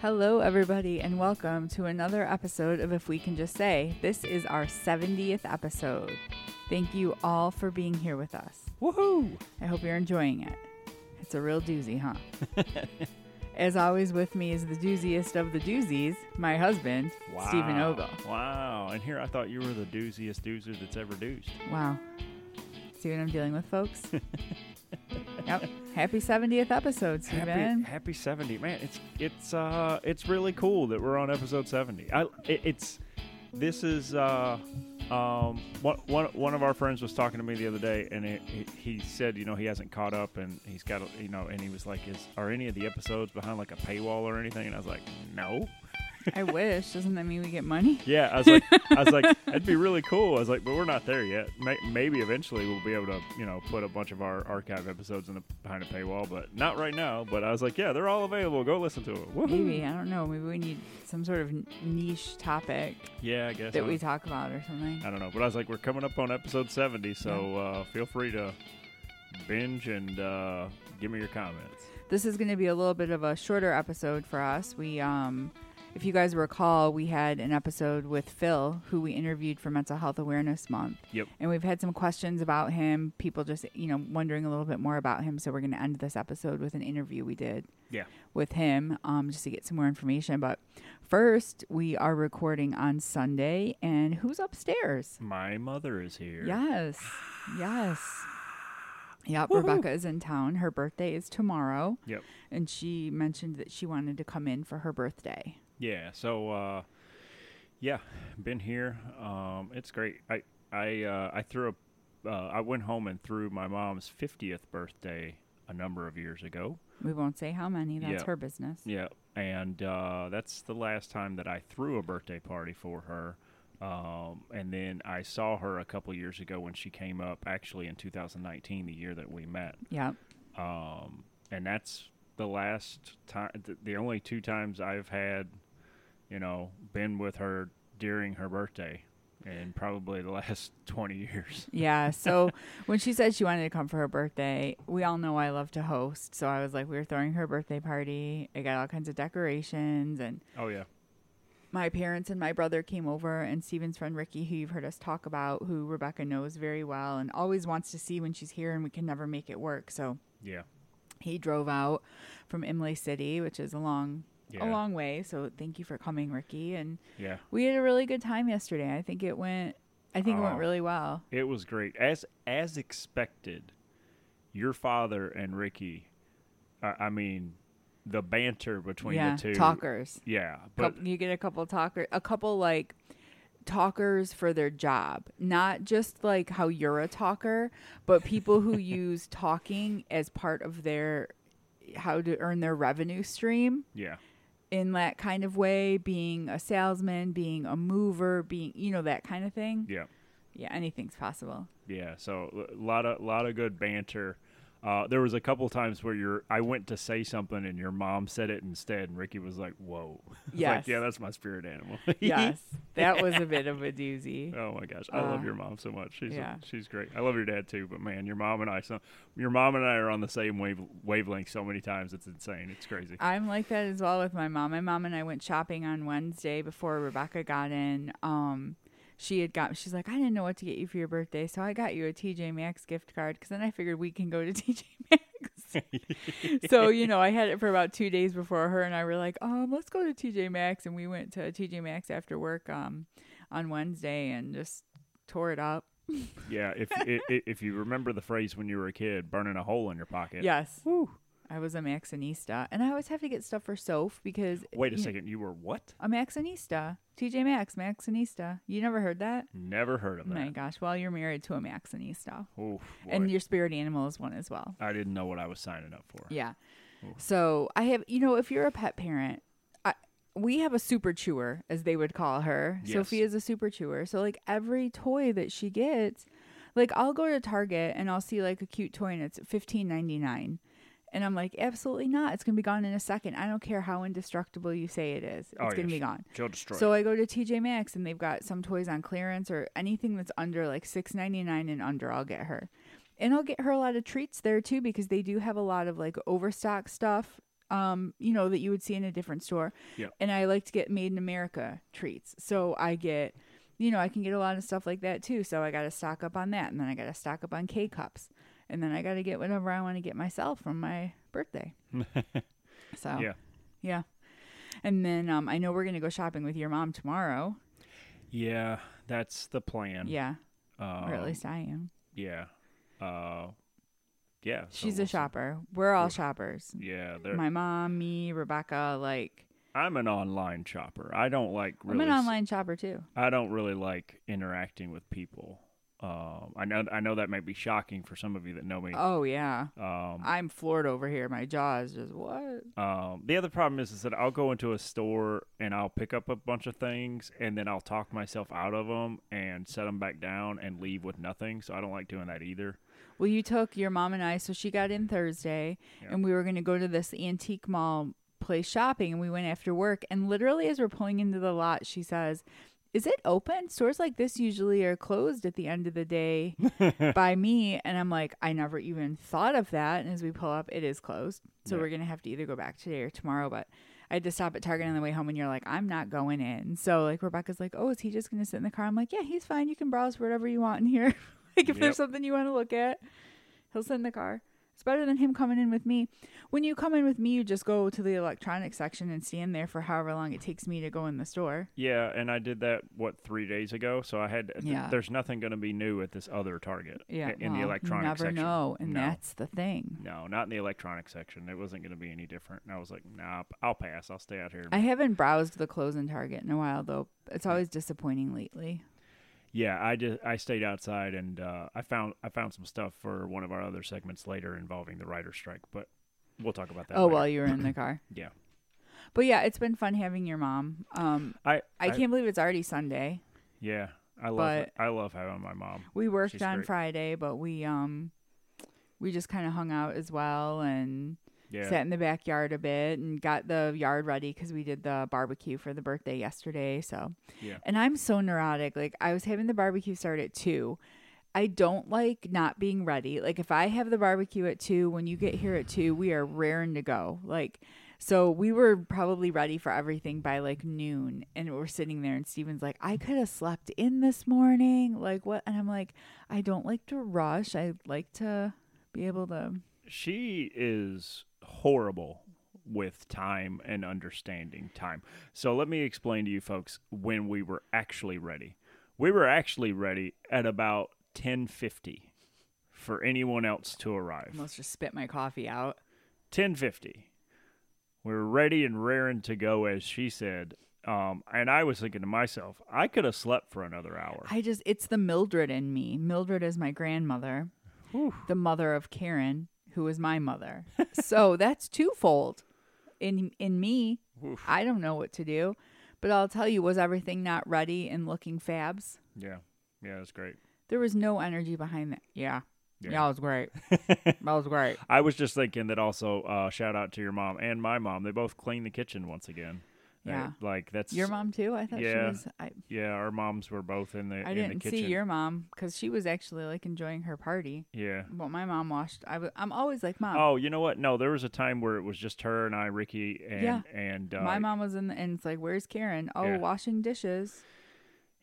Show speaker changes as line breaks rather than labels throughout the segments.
Hello, everybody, and welcome to another episode of If We Can Just Say. This is our 70th episode. Thank you all for being here with us.
Woohoo!
I hope you're enjoying it. It's a real doozy, huh? As always, with me is the dooziest of the doozies, my husband, Stephen Ogle.
Wow. And here I thought you were the dooziest doozer that's ever doozed.
Wow. See what I'm dealing with, folks? yep. Happy 70th episode,
Happy,
Stephen.
happy 70. Man, it's it's uh it's really cool that we're on episode 70. I it, it's this is uh um one, one one of our friends was talking to me the other day and it, he, he said, you know, he hasn't caught up and he's got a- you know, and he was like is are any of the episodes behind like a paywall or anything? And I was like, "No."
I wish. Doesn't that mean we get money?
Yeah, I was like, I was like, that'd be really cool. I was like, but we're not there yet. May- Maybe eventually we'll be able to, you know, put a bunch of our archive episodes in the behind a paywall, but not right now. But I was like, yeah, they're all available. Go listen to it. Woohoo.
Maybe. I don't know. Maybe we need some sort of n- niche topic
Yeah, I guess. I
that we
don't,
talk about or something.
I don't know, but I was like, we're coming up on episode seventy, so uh, feel free to binge and uh, give me your comments.
This is going to be a little bit of a shorter episode for us. We, um, if you guys recall, we had an episode with Phil, who we interviewed for Mental Health Awareness Month.
Yep.
And we've had some questions about him, people just, you know, wondering a little bit more about him. So we're going to end this episode with an interview we did
Yeah.
with him um, just to get some more information. But first, we are recording on Sunday. And who's upstairs?
My mother is here.
Yes. Yes. Yep.
Woohoo.
Rebecca is in town. Her birthday is tomorrow.
Yep.
And she mentioned that she wanted to come in for her birthday.
Yeah. So, uh, yeah, been here. Um, it's great. I I uh, I threw a. Uh, I went home and threw my mom's fiftieth birthday a number of years ago.
We won't say how many. That's
Yeah.
her business.
Yeah, and uh, that's the last time that I threw a birthday party for her. Um, and then I saw her a couple years ago when she came up, actually in 2019, the year that we met.
Yep.
Um, and that's the last time, th- the only two times I've had, you know, been with her during her birthday in probably the last 20 years.
Yeah. So when she said she wanted to come for her birthday, we all know I love to host. So I was like, we were throwing her birthday party. I got all kinds of decorations and
Oh, yeah.
my parents and my brother came over and Steven's friend Ricky, who you've heard us talk about, who Rebecca knows very well and always wants to see when she's here and we can never make it work. So
Yeah.
he drove out from Imlay City, which is a long
Yeah.
a long way. So thank you for coming, Ricky. And
Yeah.
we had a really good time yesterday. I think it went I think it went
Oh.
really well.
It was great. As as expected, your father and Ricky, I, I mean, the banter between
yeah.
the two.
Talkers.
Yeah. But
Coup- you get a couple talker a couple like talkers for their job. Not just like how you're a talker, but people who use talking as part of their how to earn their revenue stream.
yeah.
in that kind of way, being a salesman, being a mover, being you know that kind of thing.
Yeah.
Yeah, anything's possible.
Yeah, so a lot of lot of good banter. Uh, there was a couple times where your I went to say something and your mom said it instead, and Ricky was like, "Whoa!" like,
Yes.
yeah, that's my spirit animal.
Yes, that was a bit of a doozy.
oh my gosh, I
Uh,
love your mom so much. She's
yeah.
she's great. I love your dad too, but man, your mom and I so your mom and I are on the same wave wavelength so many times. It's insane. It's crazy.
I'm like that as well with my mom. My mom and I went shopping on Wednesday before Rebecca got in. Um, she had got. She's like, I didn't know what to get you for your birthday, so I got you a TJ Maxx gift card because then I figured we can go to TJ Maxx. so you know, I had it for about two days before her and I were like, um, let's go to TJ Maxx, and we went to TJ Maxx after work um on Wednesday and just tore it up.
yeah, if i- i- if you remember the phrase when you were a kid, burning a hole in your pocket.
Yes. Woo. I was a Maxinista, and I always have to get stuff for Soph because
Wait a
you-
second, you were what?
A Maxinista. TJ Maxx, Maxinista. You never heard that?
Never heard of
Oh
that.
my gosh. Well, you're married to a Maxinista.
Oof,
And
boy.
your spirit animal is one as well.
I didn't know what I was signing up for.
Yeah. So I have, you know, if you're a pet parent, I, we have a super chewer, as they would call her.
Yes.
Sophie is a super chewer. So, like, every toy that she gets, like, I'll go to Target and I'll see, like, a cute toy and it's fifteen ninety nine, And I'm like, absolutely not. It's going to be gone in a second. I don't care how indestructible you say it is. It's
Oh,
going to
yes.
be gone.
She'll destroy.
So I go to TJ Maxx and they've got some toys on clearance or anything that's under like six ninety nine and under. I'll get her, and I'll get her a lot of treats there too because they do have a lot of like overstock stuff um, you know, that you would see in a different store.
Yeah.
And I like to get made in America treats. So I get, you know, I can get a lot of stuff like that too. So I got to stock up on that. And then I got to stock up on K cups. And then I got to get whatever I want to get myself from my birthday. so,
Yeah.
Yeah. And then um, I know we're going to go shopping with your mom tomorrow.
Yeah, that's the plan.
Yeah.
Um,
Or at least I am.
Yeah. Uh, yeah. so
She's
we'll
a
see.
shopper. We're all
We'll-
shoppers.
Yeah. There,
My mom, me, Rebecca, like
I'm an online shopper. I don't like really.
I'm an
s-
online shopper too.
I don't really like interacting with people. Um, I know. I know that may be shocking for some of you that know me.
Oh yeah.
Um,
I'm floored over here. My jaw is just what?
um, the other problem is, is that I'll go into a store and I'll pick up a bunch of things and then I'll talk myself out of them and set them back down and leave with nothing. So I don't like doing that either.
Well, you took your mom and I, so she got in Thursday,
Yeah.
and we were going to go to this antique mall place shopping, and we went after work. And literally, as we're pulling into the lot, she says, "Is it open? Stores like this usually are closed at the end of the day by me." And I'm like, "I never even thought of that." And as we pull up, it is closed, so
Yeah.
we're going to have to either go back today or tomorrow. But I had to stop at Target on the way home, and you're like, I'm not going in. So like Rebecca's like, oh, is he just gonna sit in the car? I'm like, yeah, he's fine. You can browse whatever you want in here. like if
Yep.
there's something you want to look at, he'll sit in the car. It's better than him coming in with me. When you come in with me, you just go to the electronics section and stand there for however long it takes me to go in the store.
Yeah, and I did that what three days ago. So I had. th-
Yeah.
there's nothing going to be new at this other Target.
Yeah,
i- In
well,
the
you
electronics
never
section.
know, and
No. Mm-hmm.
that's the thing.
No, not in the electronics section. It wasn't going to be any different. And I was like, nah, I'll pass. I'll stay out here.
I haven't browsed the clothes in Target in a while though. It's
Mm.
always disappointing lately.
yeah, I just I stayed outside and uh, I found I found some stuff for one of our other segments later involving the writer strike, but we'll talk about that.
oh,
later.
while you were in the car.
Yeah.
But yeah, it's been fun having your mom. Um,
I
I can't believe it's already Sunday.
Yeah, I love
But-
I love having my mom.
We worked
She's
on
great.
Friday, but we um we just kind of hung out as well and
Yeah,
sat in the backyard a bit and got the yard ready because we did the barbecue for the birthday yesterday. So
Yeah.
and I'm so neurotic. Like I was having the barbecue start at two. I don't like not being ready. Like if I have the barbecue at two, when you get here at two, we are raring to go. Like so we were probably ready for everything by like noon and we're sitting there and Steven's like, I could have slept in this morning. Like what and I'm like, I don't like to rush. I like to be able to
she is horrible with time and understanding time. So let me explain to you folks when we were actually ready. We were actually ready at about 10:50 for anyone else to arrive.
almost just spit my coffee out.
10:50. We were ready and raring to go as she said. Um, and I was thinking to myself, I could have slept for another hour.
I just it's the Mildred in me. Mildred is my grandmother,
Whew.
the mother of Karen, who is my mother. so that's twofold. In in me,
Oof.
I don't know what to do. But I'll tell you, was everything not ready and looking fabs?
Yeah. Yeah, that's great.
There was no energy behind that. Yeah.
Yeah.
Yeah, it was great. that was great.
I was just thinking that also uh, shout out to your mom and my mom. They both cleaned the kitchen once again. Uh,
Yeah.
like that's
Your mom too? I thought
Yeah.
she was I,
Yeah, our moms were both in the
I
in the
didn't
kitchen.
see your mom cuz she was actually like enjoying her party.
yeah.
Well, my mom washed. I was, I'm always like, "Mom,
Oh, you know what? No, there was a time where it was just her and I, Ricky, and
Yeah.
and uh,
My mom was in, the, and it's like, "Where's Karen? Oh,
Yeah.
washing dishes.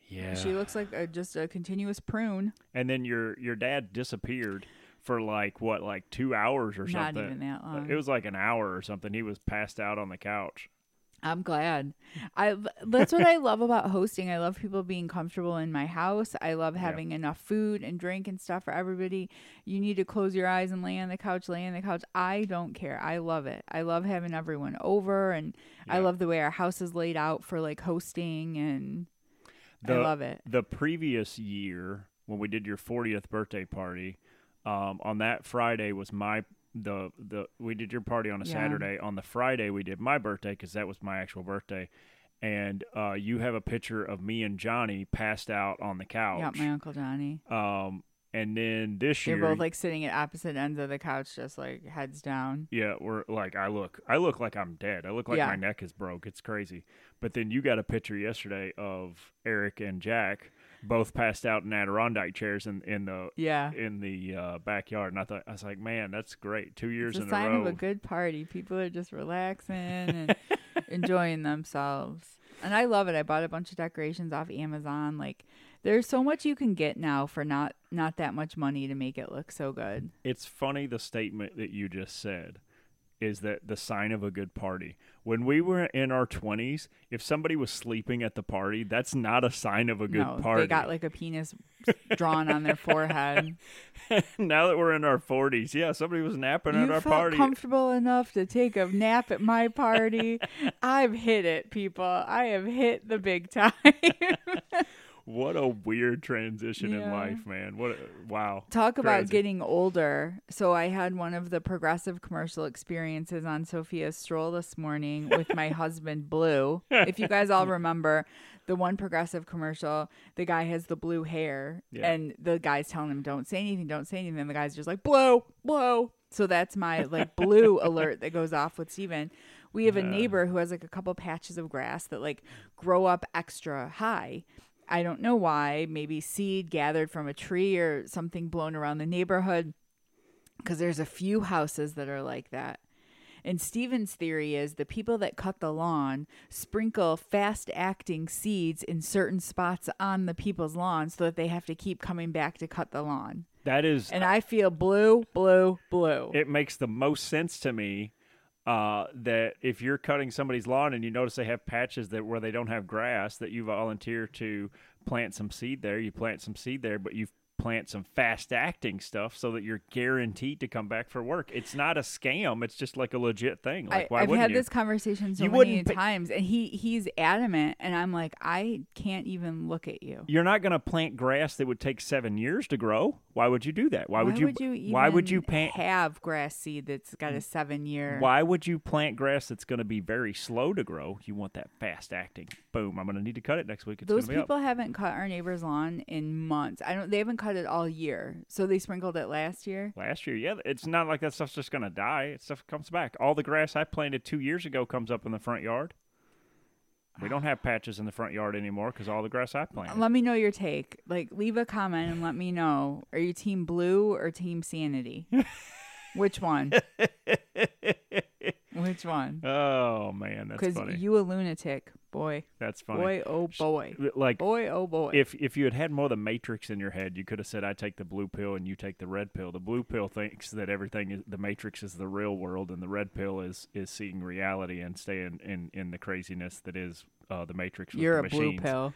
Yeah.
She looks like a, just a continuous prune.
and then your your dad disappeared for like what, like two hours or
Not
something. Uh,
even that long.
It was like an hour or something. He was passed out on the couch.
I'm glad. I that's what I love about hosting. I love people being comfortable in my house. I love having enough food and drink and stuff for everybody. You need to close your eyes and lay on the couch, lay on the couch. I don't care. I love it. I love having everyone over, and I
Yeah.
love the way our house is laid out for like hosting, and I
The-
love it.
the previous year when we did your 40th birthday party um, on that friday was my the the we did your party on a
Yeah.
saturday on the friday we did my birthday because that was my actual birthday and uh, you have a picture of me and johnny passed out on the
Yeah,
couch
my uncle Johnny.
um, and then this
They're
year
both like sitting at opposite ends of the couch, just like heads down.
yeah we're like i look i look like i'm dead i look like
Yeah.
my neck is broke it's crazy but then you got a picture yesterday of eric and jack both passed out in Adirondack chairs in in the
Yeah.
in the uh, backyard, and I thought I was like, man, that's great. Two years
It's a
in
sign
a row.
of a good party. People are just relaxing and enjoying themselves. And I love it. I bought a bunch of decorations off Amazon. Like there's so much you can get now for not not that much money to make it look so good.
it's funny the statement that you just said is that the sign of a good party. When we were in our twenties, if somebody was sleeping at the party, that's not a sign of a good
no,
party.
they got like a penis drawn on their forehead.
now that we're in our forties, yeah, somebody was napping
you
at our
felt
party.
comfortable enough to take a nap at my party. I've hit it, people. I have hit the big time.
what a weird transition in
Yeah.
life, man. What a, wow.
Talk about
Crazy.
getting older. So I had one of the progressive commercial experiences on Sophia's stroll this morning with my husband Blue. If you guys all remember the one progressive commercial, the guy has the blue hair
Yeah.
and the guy's telling him don't say anything, don't say anything. And the guy's just like blue, blue. So that's my like blue alert that goes off with Steven. We have a neighbor who has like a couple patches of grass that like grow up extra high. I don't know why, maybe seed gathered from a tree or something blown around the neighborhood because there's a few houses that are like that. And Steven's theory is the people that cut the lawn sprinkle fast acting seeds in certain spots on the people's lawn so that they have to keep coming back to cut the lawn.
That is
And I feel blue, blue, blue.
it makes the most sense to me uh, that if you're cutting somebody's lawn and you notice they have patches that where they don't have grass, that you volunteer to plant some seed there. You plant some seed there, but you plant some fast acting stuff so that you're guaranteed to come back for work. It's not a scam. It's just like a legit thing. Like why
I, I've
wouldn't
had
you?
this conversation so
You
many
wouldn't pick-
times, and he he's adamant, and I'm like, I can't even look at you.
you're not going to plant grass that would take seven years to grow. Why would you do that? Why, would you?
even
why would you plant?
have grass seed that's got a seven year?
Why would you plant grass that's going to be very slow to grow? You want that fast acting. Boom! I'm going to need to cut it next week. It's
Those
gonna be up.
people haven't cut our neighbor's lawn in months. I don't. They haven't cut it all year. So they sprinkled it last year.
last year. Yeah, it's not like that stuff's just gonna die. It stuff comes back. All the grass I planted two years ago comes up in the front yard. We don't have patches in the front yard anymore because all the grass I planted.
Let me know your take. Like, leave a comment and let me know. Are you team blue or team sanity? Which one? Which one?
Oh man, that's
Because
funny.
you a lunatic, boy,
that's funny.
boy, oh boy,
like
boy, oh boy.
if if you had had more of the Matrix in your head, you could have said, "I take the blue pill and you take the red pill." The blue pill thinks that everything is the Matrix is the real world, and the red pill is is seeing reality and staying in in the craziness that is uh, the Matrix. With
You're
the
a blue
machines.
pill.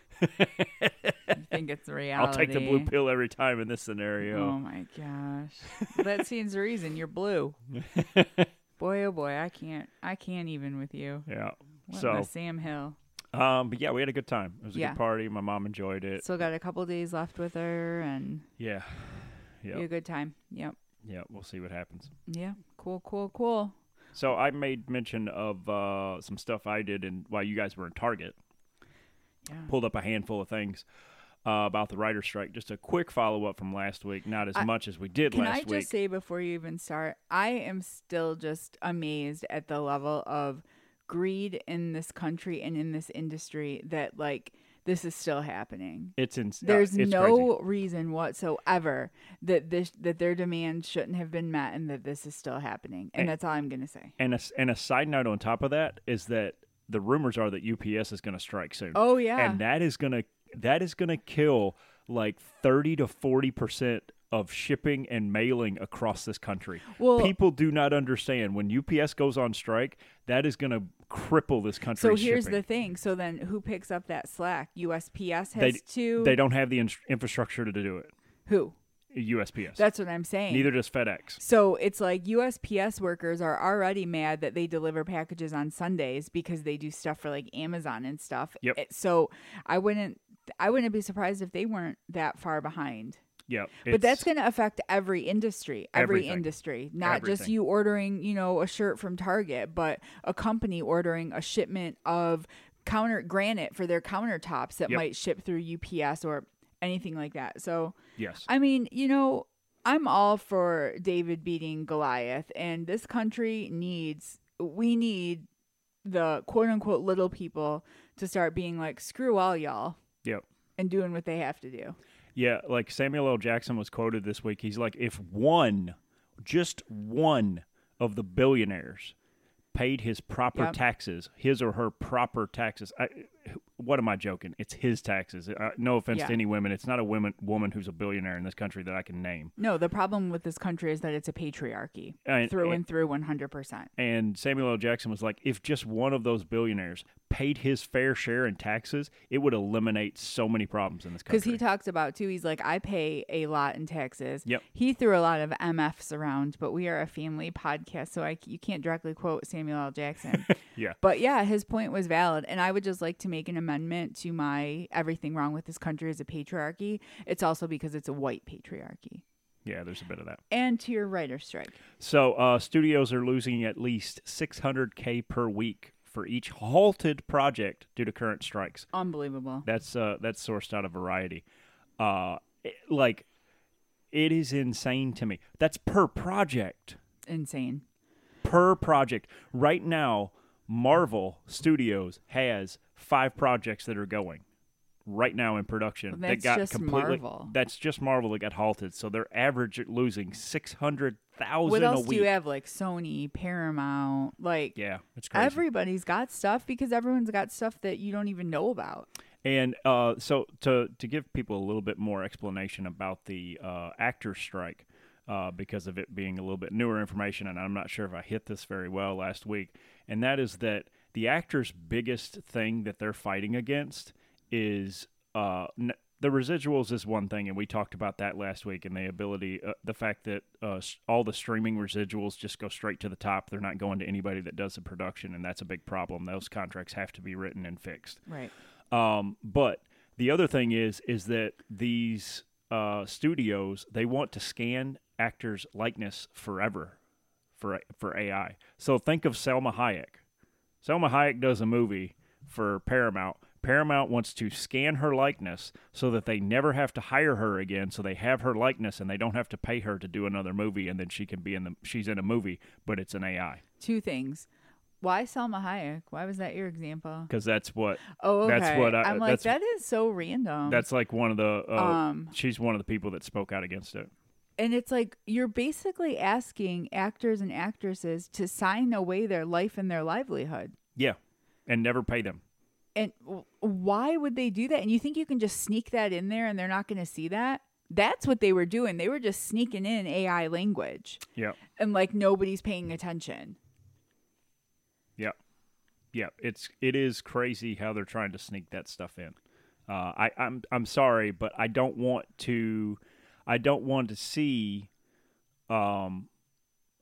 I think it's reality.
I'll take the blue pill every time in this scenario.
Oh my gosh, that seems the reason you're blue. boy, oh boy, I can't, I can't even with you.
Yeah.
What am I,
so,
Sam Hill
um, but yeah, we had a good time. It was a
Yeah.
good party. My mom enjoyed it.
still got a couple days left with her, and
yeah.
be a
Yep.
good time. Yep.
Yeah. We'll see what happens.
Yeah. Cool. Cool. Cool.
So I made mention of uh, some stuff I did, and while you guys were in Target,
Yeah.
pulled up a handful of things uh, about the writer strike. Just a quick follow up from last week. Not as
I-
much as we did
Can
last
I
week.
just say before you even start, I am still just amazed at the level of greed in this country and in this industry that like this is still happening.
it's insane.
There's
it's crazy.
no reason whatsoever that this that their demands shouldn't have been met and that this is still happening. And
And-
that's all I'm gonna say.
And a, s- and a side note on top of that is that the rumors are that UPS is going to strike soon.
Oh yeah.
and that is gonna that is gonna kill like 30 to 40 percent of shipping and mailing across this country
Well-
people do not understand when ups goes on strike that is gonna cripple this country
so here's
shipping.
the thing. So then who picks up that slack? USPS has
they,
to
they don't have the in- infrastructure to do it
who?
usps
That's what I'm saying.
neither does fedex
So it's like USPS workers are already mad that they deliver packages on Sundays because they do stuff for like Amazon and stuff.
Yep.
It- so I wouldn't I wouldn't be surprised if they weren't that far behind.
yeah
but that's going to affect every industry, every
Everything.
industry, not just
Everything.
you ordering, you know, a shirt from Target, but a company ordering a shipment of counter granite for their countertops that
Yep.
might ship through UPS or anything like that. So,
yes
I mean, you know, I'm all for David beating Goliath, and this country needs, we need the quote unquote little people to start being like, screw all y'all
yep
and doing what they have to do.
Yeah, like Samuel L. Jackson was quoted this week. He's like, if one, just one of the billionaires paid his proper
Yep.
taxes, his or her proper taxes. I, what am I joking? It's his taxes. Uh, no offense
Yeah.
to any women. It's not a women, woman who's a billionaire in this country that I can name.
No, the problem with this country is that it's a patriarchy
And-
through
and-
and through 100%.
And Samuel L. Jackson was like, if just one of those billionaires paid his fair share in taxes, it would eliminate so many problems in this
Because
country.
he talks about too, he's like, I pay a lot in taxes.
Yep.
He threw a lot of MFs around, but we are a family podcast, so I, you can't directly quote Samuel L. Jackson.
yeah.
But yeah, his point was valid. And I would just like to make an amendment to my everything wrong with this country is a patriarchy. It's also because it's a white patriarchy.
Yeah, there's a bit of that.
And to your writer strike.
So uh, studios are losing at least 600k per week for each halted project due to current strikes.
Unbelievable.
That's uh, that's sourced out of Variety. Uh, it- like, it is insane to me. That's per project.
Insane.
Per project. Right now, Marvel Studios has five projects that are going right now in production.
Well,
that
that's
got
just
completely,
Marvel.
That's just Marvel that got halted. So they're average at losing six hundred
What
thousand a
else
week.
do you have? Like Sony, Paramount, like
Yeah, it's crazy.
everybody's got stuff because everyone's got stuff that you don't even know about.
And uh, so to to give people a little bit more explanation about the uh, actor strike, uh, because of it being a little bit newer information, and I'm not sure if I hit this very well last week, and that is that the actors' biggest thing that they're fighting against is uh, n- the residuals is one thing, and we talked about that last week, and the ability, uh, the fact that uh, s- all the streaming residuals just go straight to the top; they're not going to anybody that does the production, and that's a big problem. Those contracts have to be written and fixed.
Right.
Um, but the other thing is is that these uh, studios they want to scan actors' likeness forever for for AI. So think of Selma Hayek. Selma Hayek does a movie for Paramount. Paramount wants to scan her likeness so that they never have to hire her again. So they have her likeness and they don't have to pay her to do another movie, and then she can be in the she's in a movie, but it's an AI
Two things. Why Selma Hayek? Why was that your example?
because that's what
Oh, okay.
That's what I-
am like,
that's-
that is so random.
that's like one of the uh,
Um,
she's one of the people that spoke out against it.
and it's like you're basically asking actors and actresses to sign away their life and their livelihood.
Yeah, and never pay them.
And w- why would they do that? And you think you can just sneak that in there and they're not going to see that? That's what they were doing. They were just sneaking in AI language
Yeah,
and like nobody's paying attention.
yeah, yeah. It's it is crazy how they're trying to sneak that stuff in. Uh, I I'm I'm sorry, but I don't want to. I don't want to see, um,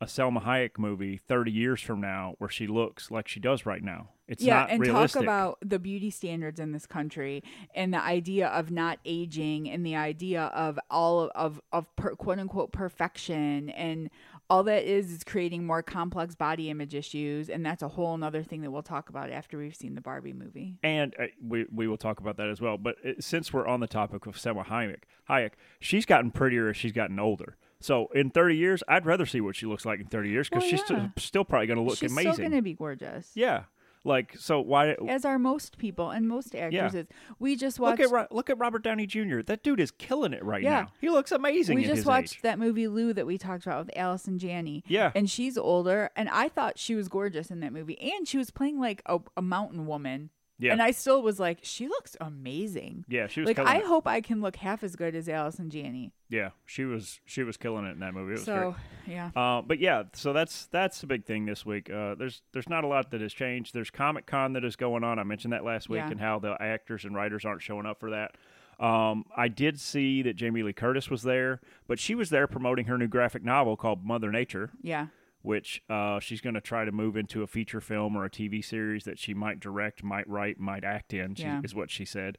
a Selma Hayek movie thirty years from now where she looks like she does right now. It's
yeah,
not
and
realistic.
talk about the beauty standards in this country and the idea of not aging and the idea of all of of, of per, quote unquote perfection and all that is is creating more complex body image issues and that's a whole nother thing that we'll talk about after we've seen the Barbie movie.
and uh, we we will talk about that as well. But uh, since we're on the topic of Selma Hayek, Hayek, she's gotten prettier as she's gotten older. So in thirty years, I'd rather see what she looks like in thirty years because
Well,
she's
yeah.
st- still probably going to look
She's
amazing.
still going to be gorgeous.
Yeah, like so. Why
As are most people and most actresses. We just watched
look at Ro- look at Robert Downey Jr. That dude is killing it right
Yeah.
now. He looks amazing.
We
at
just
his
watched
age.
that movie Lou that we talked about with Allison Janney.
Yeah.
And she's older and I thought she was gorgeous in that movie and she was playing like a, a mountain woman.
Yeah.
And I still was like she looks amazing.
Yeah, she was
Like
killing
I
it.
hope I can look half as good as Allison Janney.
Yeah, she was she was killing it in that movie. It was
So,
great.
yeah.
Uh, but yeah, so that's that's the big thing this week. Uh, there's there's not a lot that has changed. There's Comic Con that is going on. I mentioned that last week
Yeah.
and how the actors and writers aren't showing up for that. Um, I did see that Jamie Lee Curtis was there, but she was there promoting her new graphic novel called Mother Nature,
Yeah.
which uh, she's going to try to move into a feature film or a TV series that she might direct, might write, might act in, she,
Yeah.
is what she said.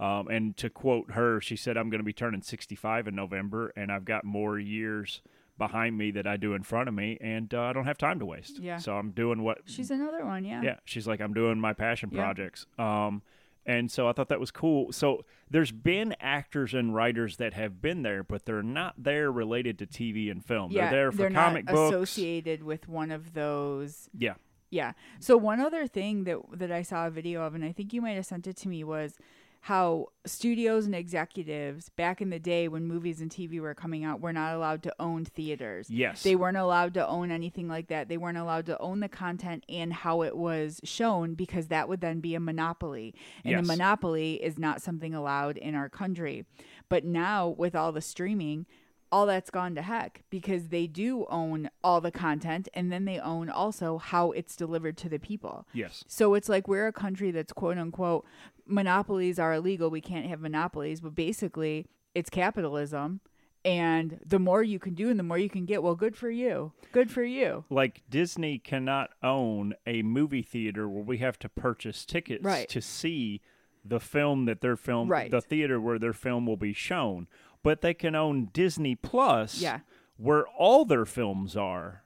Um, and to quote her, she said, I'm going to be turning 65 in November, and I've got more years behind me that I do in front of me, and uh, I don't have time to waste.
Yeah.
So I'm doing what.
She's another one, yeah.
yeah. She's like, I'm doing my passion
Yeah.
projects. Um, and so I thought that was cool. So there's been actors and writers that have been there, but they're not there related to TV and film.
Yeah,
they're there for
they're
comic
not
books.
associated with one of those
Yeah.
Yeah. So one other thing that that I saw a video of, and I think you might have sent it to me, was how studios and executives back in the day when movies and TV were coming out were not allowed to own theaters.
Yes.
They weren't allowed to own anything like that. They weren't allowed to own the content and how it was shown because that would then be a monopoly. And
Yes.
a monopoly is not something allowed in our country. But now with all the streaming, all that's gone to heck because they do own all the content and then they own also how it's delivered to the people.
Yes.
So it's like we're a country that's quote unquote monopolies are illegal. We can't have monopolies, but basically it's capitalism. And the more you can do and the more you can get, well, good for you. Good for you.
Like Disney cannot own a movie theater where we have to purchase tickets
Right.
to see the film that their film
Right.
the theater where their film will be shown. But they can own Disney Plus
Yeah.
where all their films are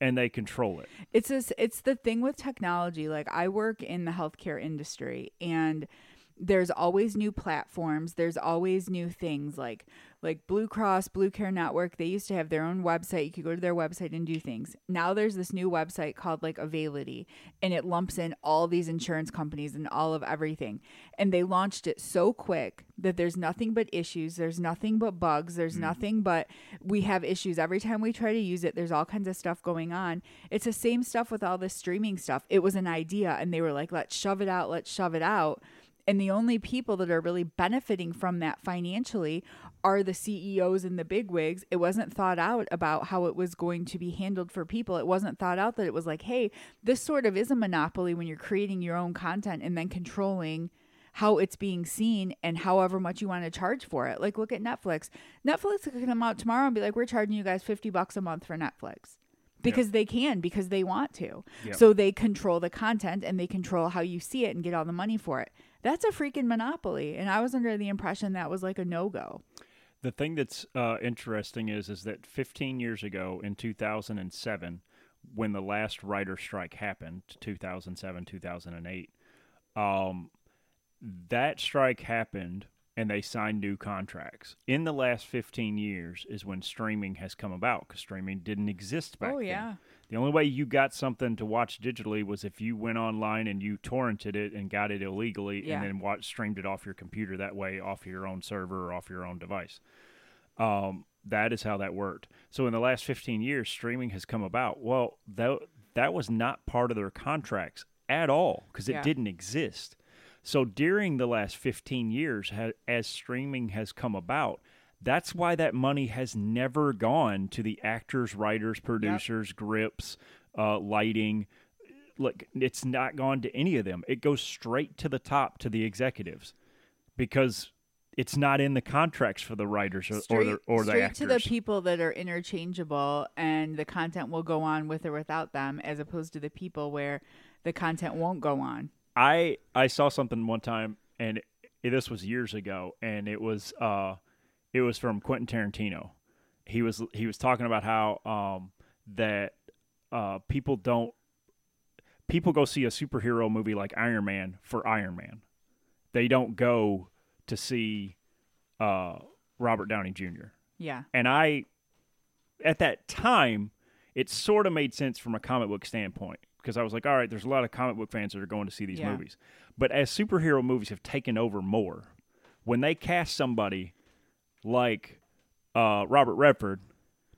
and they control it.
It's this, it's the thing with technology. Like I work in the healthcare industry and there's always new platforms, there's always new things like like Blue Cross, Blue Care Network, they used to have their own website. You could go to their website and do things. Now there's this new website called like Availity and it lumps in all these insurance companies and all of everything. And they launched it so quick that there's nothing but issues, there's nothing but bugs, there's nothing but we have issues every time we try to use it. There's all kinds of stuff going on. It's the same stuff with all this streaming stuff. It was an idea and they were like, let's shove it out, let's shove it out. And the only people that are really benefiting from that financially are the CEOs and the bigwigs. It wasn't thought out about how it was going to be handled for people. It wasn't thought out that it was like, hey, this sort of is a monopoly when you're creating your own content and then controlling how it's being seen and however much you want to charge for it. Like, look at Netflix. Netflix could come out tomorrow and be like, we're charging you guys 50 bucks a month for Netflix because they can because they want to.
Yep.
So they control the content and they control how you see it and get all the money for it. That's a freaking monopoly and I was under the impression that was like a no-go.
The thing that's uh, interesting is is that 15 years ago in 2007, when the last writer strike happened, 2007 2008, um, that strike happened and they signed new contracts. In the last 15 years is when streaming has come about because streaming didn't exist back
Oh,
then.
yeah.
The only way you got something to watch digitally was if you went online and you torrented it and got it illegally
Yeah.
and then watched, streamed it off your computer that way, off your own server or off your own device. Um, that is how that worked. So in the last 15 years, streaming has come about. Well, that, that was not part of their contracts at all because it
Yeah.
didn't exist. So during the last 15 years, ha- as streaming has come about, that's why that money has never gone to the actors, writers, producers, grips, uh, lighting. Like it's not gone to any of them. It goes straight to the top to the executives because it's not in the contracts for the writers or, or the or the
straight
actors.
to the people that are interchangeable and the content will go on with or without them as opposed to the people where the content won't go on
I I saw something one time, and it, this was years ago, and it was uh, it was from Quentin Tarantino. He was he was talking about how um that uh people don't people go see a superhero movie like Iron Man for Iron Man. They don't go to see uh Robert Downey Jr.
yeah
And I, at that time, it sort of made sense from a comic book standpoint because I was like, all right, there's a lot of comic book fans that are going to see these
Yeah.
movies. But as superhero movies have taken over more, when they cast somebody like uh, Robert Redford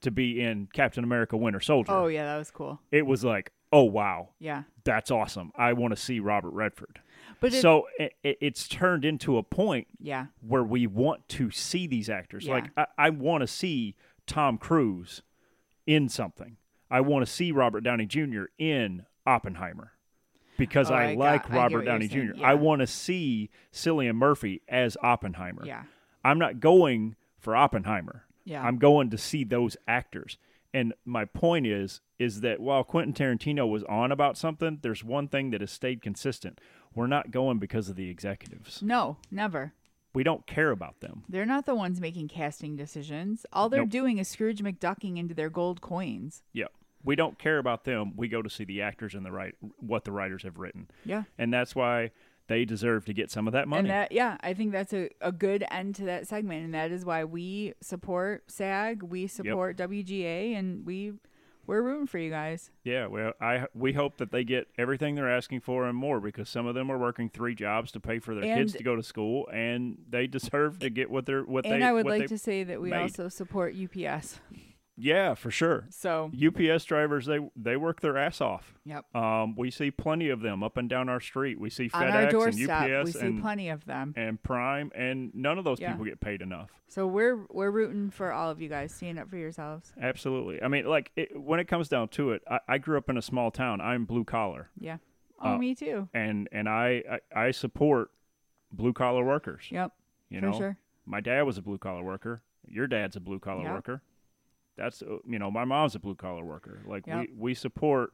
to be in Captain America Winter Soldier,
oh yeah that was cool
it was like, oh, wow,
yeah
that's awesome. I want to see Robert Redford.
but it,
so it, it, it's turned into a point
yeah
where we want to see these actors.
Yeah.
Like I, I want to see Tom Cruise in something. I want to see Robert Downey Jr. in Oppenheimer because
Oh,
I,
I got- I
like
get
Robert
what you're
Downey Jr.
saying.
I
Yeah.
want to see Cillian Murphy as Oppenheimer.
yeah
I'm not going for Oppenheimer.
Yeah.
I'm going to see those actors. And my point is is that while Quentin Tarantino was on about something, there's one thing that has stayed consistent. We're not going because of the executives.
no never
We don't care about them.
they're not the ones making casting decisions all they're
Nope.
doing is scrooge mcducking into their gold coins
Yeah. We don't care about them. We go to see the actors and the right what the writers have written.
yeah
And that's why they deserve to get some of that money.
And that, yeah, I think that's a, a good end to that segment. And that is why we support SAG, we support WGA, and we We're rooting for you guys.
Yeah, well, I we hope that they get everything they're asking for and more because some of them are working three jobs to pay for their kids
And-
to go to school, and they deserve to get what they're what they.
and I would
what
like
they-
to say that we
made.
also support UPS.
Yeah, for sure.
So,
UPS drivers they they work their ass off.
yep.
Um, we see plenty of them up and down our street. We see
On our
FedEx and
doorstep, we
UPS
see
and,
plenty of them.
and Prime, and none of those
Yeah.
people get paid enough.
So we're we're rooting for all of you guys. Stand up for yourselves.
Absolutely. I mean, like it, when it comes down to it, I, I grew up in a small town. I'm blue collar,
Yeah. Oh,
Uh,
me too.
and and I I, I support blue collar workers.
Yep.
you
for
know,
sure.
my dad was a blue collar worker. Your dad's a blue collar
Yep.
worker. That's uh, you know, my mom's a blue collar worker. Like
Yep.
we we support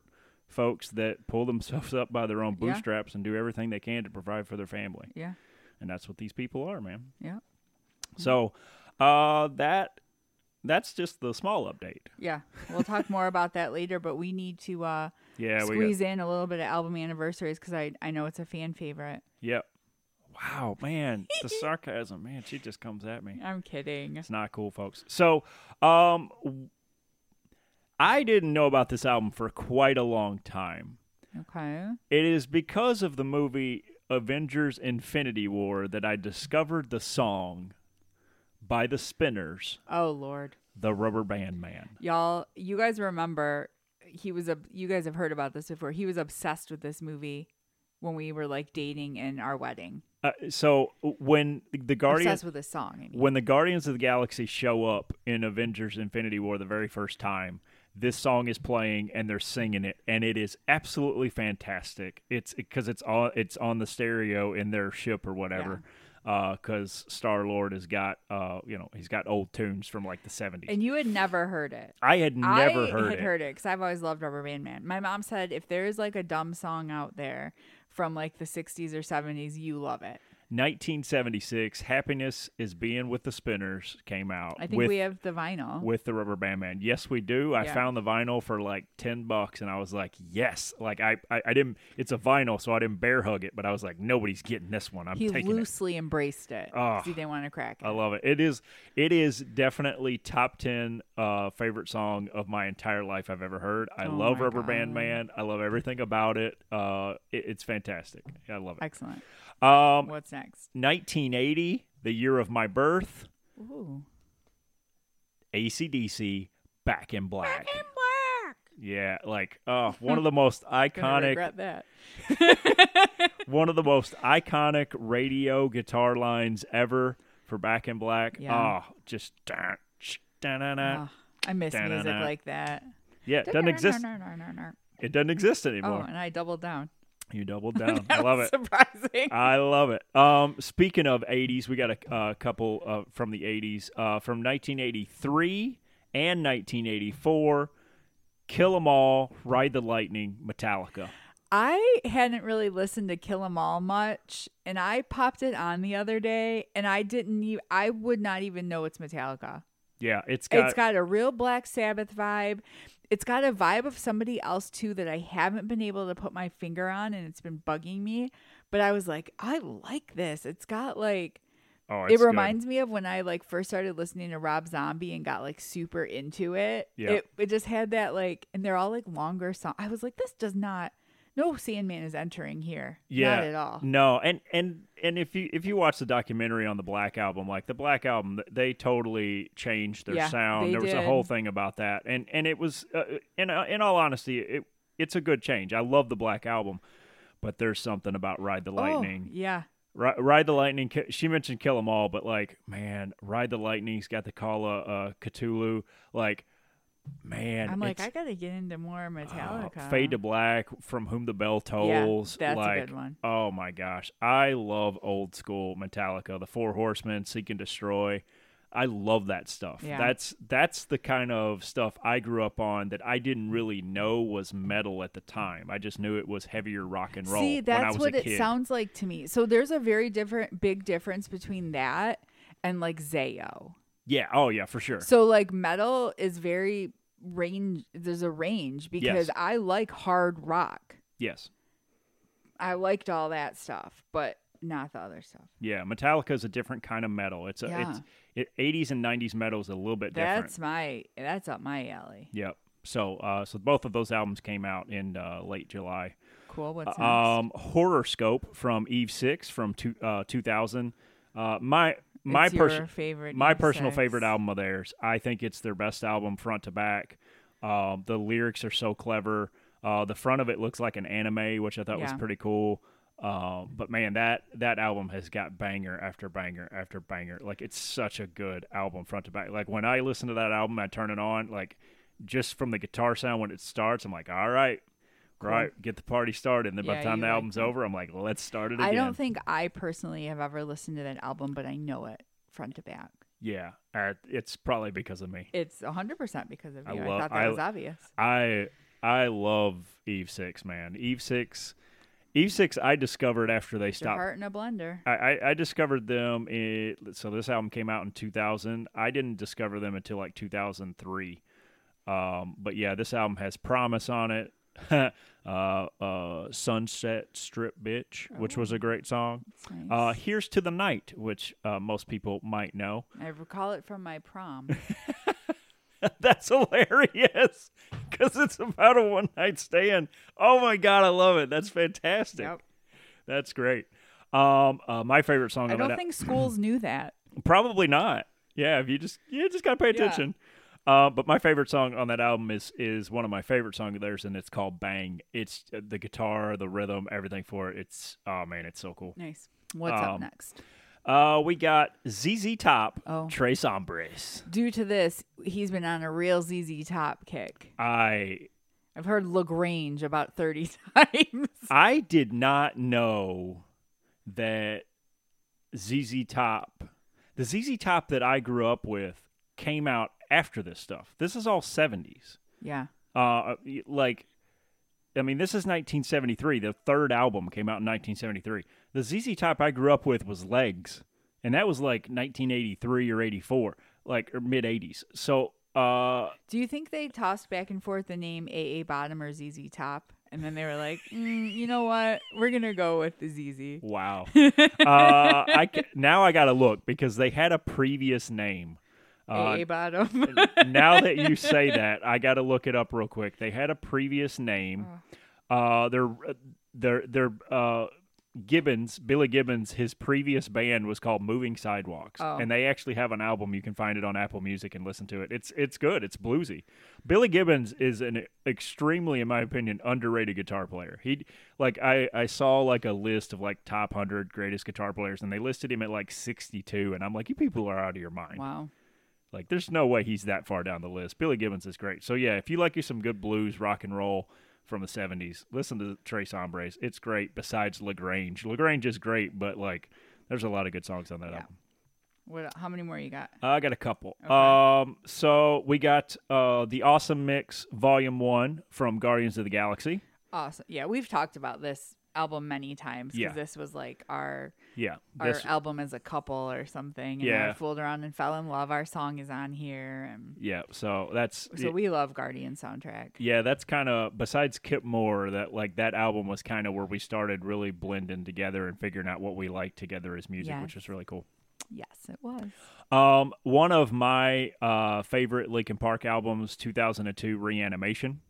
folks that pull themselves up by their own
Yeah.
bootstraps and do everything they can to provide for their family,
Yeah.
and that's what these people are, man.
Yeah. Mm-hmm.
So, uh, that that's just the small update.
Yeah. We'll talk more about that later, but we need to uh,
Yeah, we got,
squeeze in a little bit of album anniversaries because I, I know it's a fan favorite.
yep. Wow, man, the sarcasm, man, she just comes at me.
I'm kidding.
It's not cool, folks. So, um, w- I didn't know about this album for quite a long time.
Okay.
It is because of the movie Avengers Infinity War that I discovered the song by the Spinners,
Oh Lord.
The Rubber Band Man.
Y'all you guys remember he was a you guys have heard about this before. He was obsessed with this movie when we were like dating in our wedding.
Uh, so, when the Guardians.
Obsessed with this song. I mean.
When the Guardians of the Galaxy show up in Avengers Infinity War the very first time, this song is playing and they're singing it and it is absolutely fantastic. It's cuz it's on it's on the stereo in their ship or whatever. Uh 'cause cuz Star-Lord has got uh you know, he's got old tunes from like the 70s.
And you had never heard it.
I had never
I
heard
had
it.
heard it because I've always loved Rubber Band Man. My mom said if there is like a dumb song out there from like the 60s or 70s, you love it.
1976 Happiness is being with the Spinners came out
I think
with
we have the vinyl.
with the rubber band man yes we do i
Yeah.
found the vinyl for like 10 bucks and i was like yes like I, I i didn't it's a vinyl so i didn't bear hug it but i was like nobody's getting this one i'm
he
taking it Ah,
loosely embraced it because he didn't want to crack it.
i love it it is it is definitely top 10 uh favorite song of my entire life i've ever heard i
Oh
love
my
rubber band
God.
man i love everything about it uh it, it's fantastic i love it
Excellent.
um
What's next?
1980 the year of my birth
Ooh.
acdc back in black
black.
Yeah, like uh, one of the most iconic,
regret that.
one of the most iconic radio guitar lines ever for Back in Black.
Yeah.
Oh, just dun, ch- dun, dun, dun.
Oh, I miss music
Da-na-na.
like that.
yeah, it doesn't exist.
Oh,
It doesn't exist anymore.
and I doubled down.
You doubled down. I
That
love
was
it. Uh,
Surprising.
I love it. Um, speaking of 80s, we got a uh, couple uh, from the 80s. Uh, from 1983 and 1984, Kill 'Em All, Ride the Lightning, Metallica.
I hadn't really listened to Kill 'Em All much, and I popped it on the other day, and I didn't. Even, I would not even know it's Metallica.
Yeah, it's got,
it's got a real Black Sabbath vibe. It's got a vibe of somebody else too that I haven't been able to put my finger on, and it's been bugging me. But I was like, I like this. It's got like
oh,
it
it's good.
reminds me of when I like first started listening to Rob Zombie and got like super into it.
Yeah.
It it just had that like and they're all like longer song. I was like, this does not no Sandman is entering here.
Yeah.
Not at all.
No, and and and if you if you watch the documentary on the Black album, like the Black album, th- they totally changed their
Yeah,
sound.
they
There was a
did.
whole thing about that, and and it was uh, in in all honesty, it it's a good change. I love the Black album, but there's something about Ride the
Oh,
Lightning.
yeah.
Ri- Ride the Lightning. ki- She mentioned Kill 'Em All, but like man, Ride the Lightning's got the call of uh, Cthulhu. Like man,
I'm like,
it's-
I gotta get into more
uh,
Metallica.
Fade to Black, From Whom the Bell Tolls.
that's a
like,
good one.
Oh my gosh. I love old school Metallica, The Four Horsemen, Seek and Destroy. I love that stuff.
Yeah.
That's that's the kind of stuff I grew up on that I didn't really know was metal at the time. I just knew it was heavier rock and roll
See,
when I
that's
was
what
a
it
kid.
sounds like to me. So there's a very different big difference between that and like Zayo.
yeah, oh yeah, for sure.
So like metal is very range there's a range because
Yes.
I like hard rock.
yes.
I liked all that stuff, but not the other stuff.
Yeah, Metallica is a different kind of metal. It's a
Yeah.
it's it, 80s and 90s metal is a little bit different.
That's my that's up my alley.
Yep. So uh, so both of those albums came out in uh, late July.
Cool. What's next?
Um, Horoscope from Eve Six from two, uh, 2000. Uh, my my
It's your
person
favorite.
my
Eve
personal
Six.
favorite album of theirs. I think it's their best album front to back. Um, the lyrics are so clever. Uh, the front of it looks like an anime, which I thought was
Yeah.
pretty cool. Uh, but man, that that album has got banger after banger after banger. Like it's such a good album front to back. Like when I listen to that album, I turn it on. Like just from the guitar sound when it starts, I'm like, all right, right, get the party started. And then by
Yeah,
the time
you
the
like
album's
that.
over, I'm like, let's start it again.
I don't think I personally have ever listened to that album, but I know it front to back.
yeah, uh, it's probably because of me.
It's 100% because of you.
I
I,
love-
thought that
I-
was obvious.
I I love Eve Six, man. Eve Six, Eve Six. I discovered after they
Your
stopped.
heart in a blender.
I, I I discovered them. In, so this album came out in 2000. I didn't discover them until like 2003. Um, but yeah, this album has Promise on it. uh, uh, Sunset Strip Bitch, which was a great song.
It's nice.
Uh, Here's to the Night, which uh, most people might know.
I recall it from my prom.
That's hilarious because it's about a one night stand. Oh my god, I love it. That's fantastic.
Yep.
That's great. Um, uh, my favorite song.
I
on
don't
that-
think schools knew that.
probably not. Yeah, if you just you just gotta pay
Yeah.
attention. Uh, but my favorite song on that album is is one of my favorite songs of theirs, and it's called "Bang." It's uh, the guitar, the rhythm, everything for it. It's oh man, it's so cool.
Nice. What's
Um,
up next?
Uh, we got ZZ Top,
Oh.
Trace Hombres.
Due to this, he's been on a real ZZ Top kick.
I
I've heard Lagrange about 30 times.
I did not know that ZZ Top, the ZZ Top that I grew up with, came out after this stuff. This is all 70s.
yeah.
Uh, like, I mean, this is 1973. The third album came out in 1973. The ZZ Top I grew up with was Legs, and that was like 1983 or 84, like or mid 80s. So, uh,
Do you think they tossed back and forth the name AA Bottom or ZZ Top? And then they were like, mm, you know what? We're going to go with the ZZ.
Wow. uh, I ca- now I gotta look because they had a previous name. Uh,
AA Bottom.
now that you say that, I gotta look it up real quick. They had a previous name. Uh, their their their uh, Gibbons, Billy Gibbons, his previous band was called Moving Sidewalks,
Oh.
and they actually have an album. You can find it on Apple Music and listen to it. It's it's good. It's bluesy. Billy Gibbons is an extremely, in my opinion, underrated guitar player. He like I I saw like a list of like top hundred greatest guitar players, and they listed him at like sixty two, and I'm like, you people are out of your mind.
wow.
Like, there's no way he's that far down the list. Billy Gibbons is great. So yeah, if you like you some good blues, rock and roll from the '70s, listen to Trace Hombres. It's great. Besides Lagrange, Lagrange is great, but like, there's a lot of good songs on that
Yeah.
album.
What? How many more you got?
I got a couple.
Okay.
Um, so we got uh the Awesome Mix Volume One from Guardians of the Galaxy.
Awesome. Yeah, we've talked about this album many times because
Yeah.
this was like our
Yeah,
our
this-
album as a couple or something. And
Yeah.
we fooled around and fell in love. Our song is on here, and
yeah. So that's
so we love Guardian soundtrack.
Yeah, that's kind of besides Kip Moore. That like that album was kind of where we started really blending together and figuring out what we liked together as music, which
Yes.
was really cool.
Yes, it was.
Um, one of my uh, favorite Linkin Park albums, 2002 Reanimation.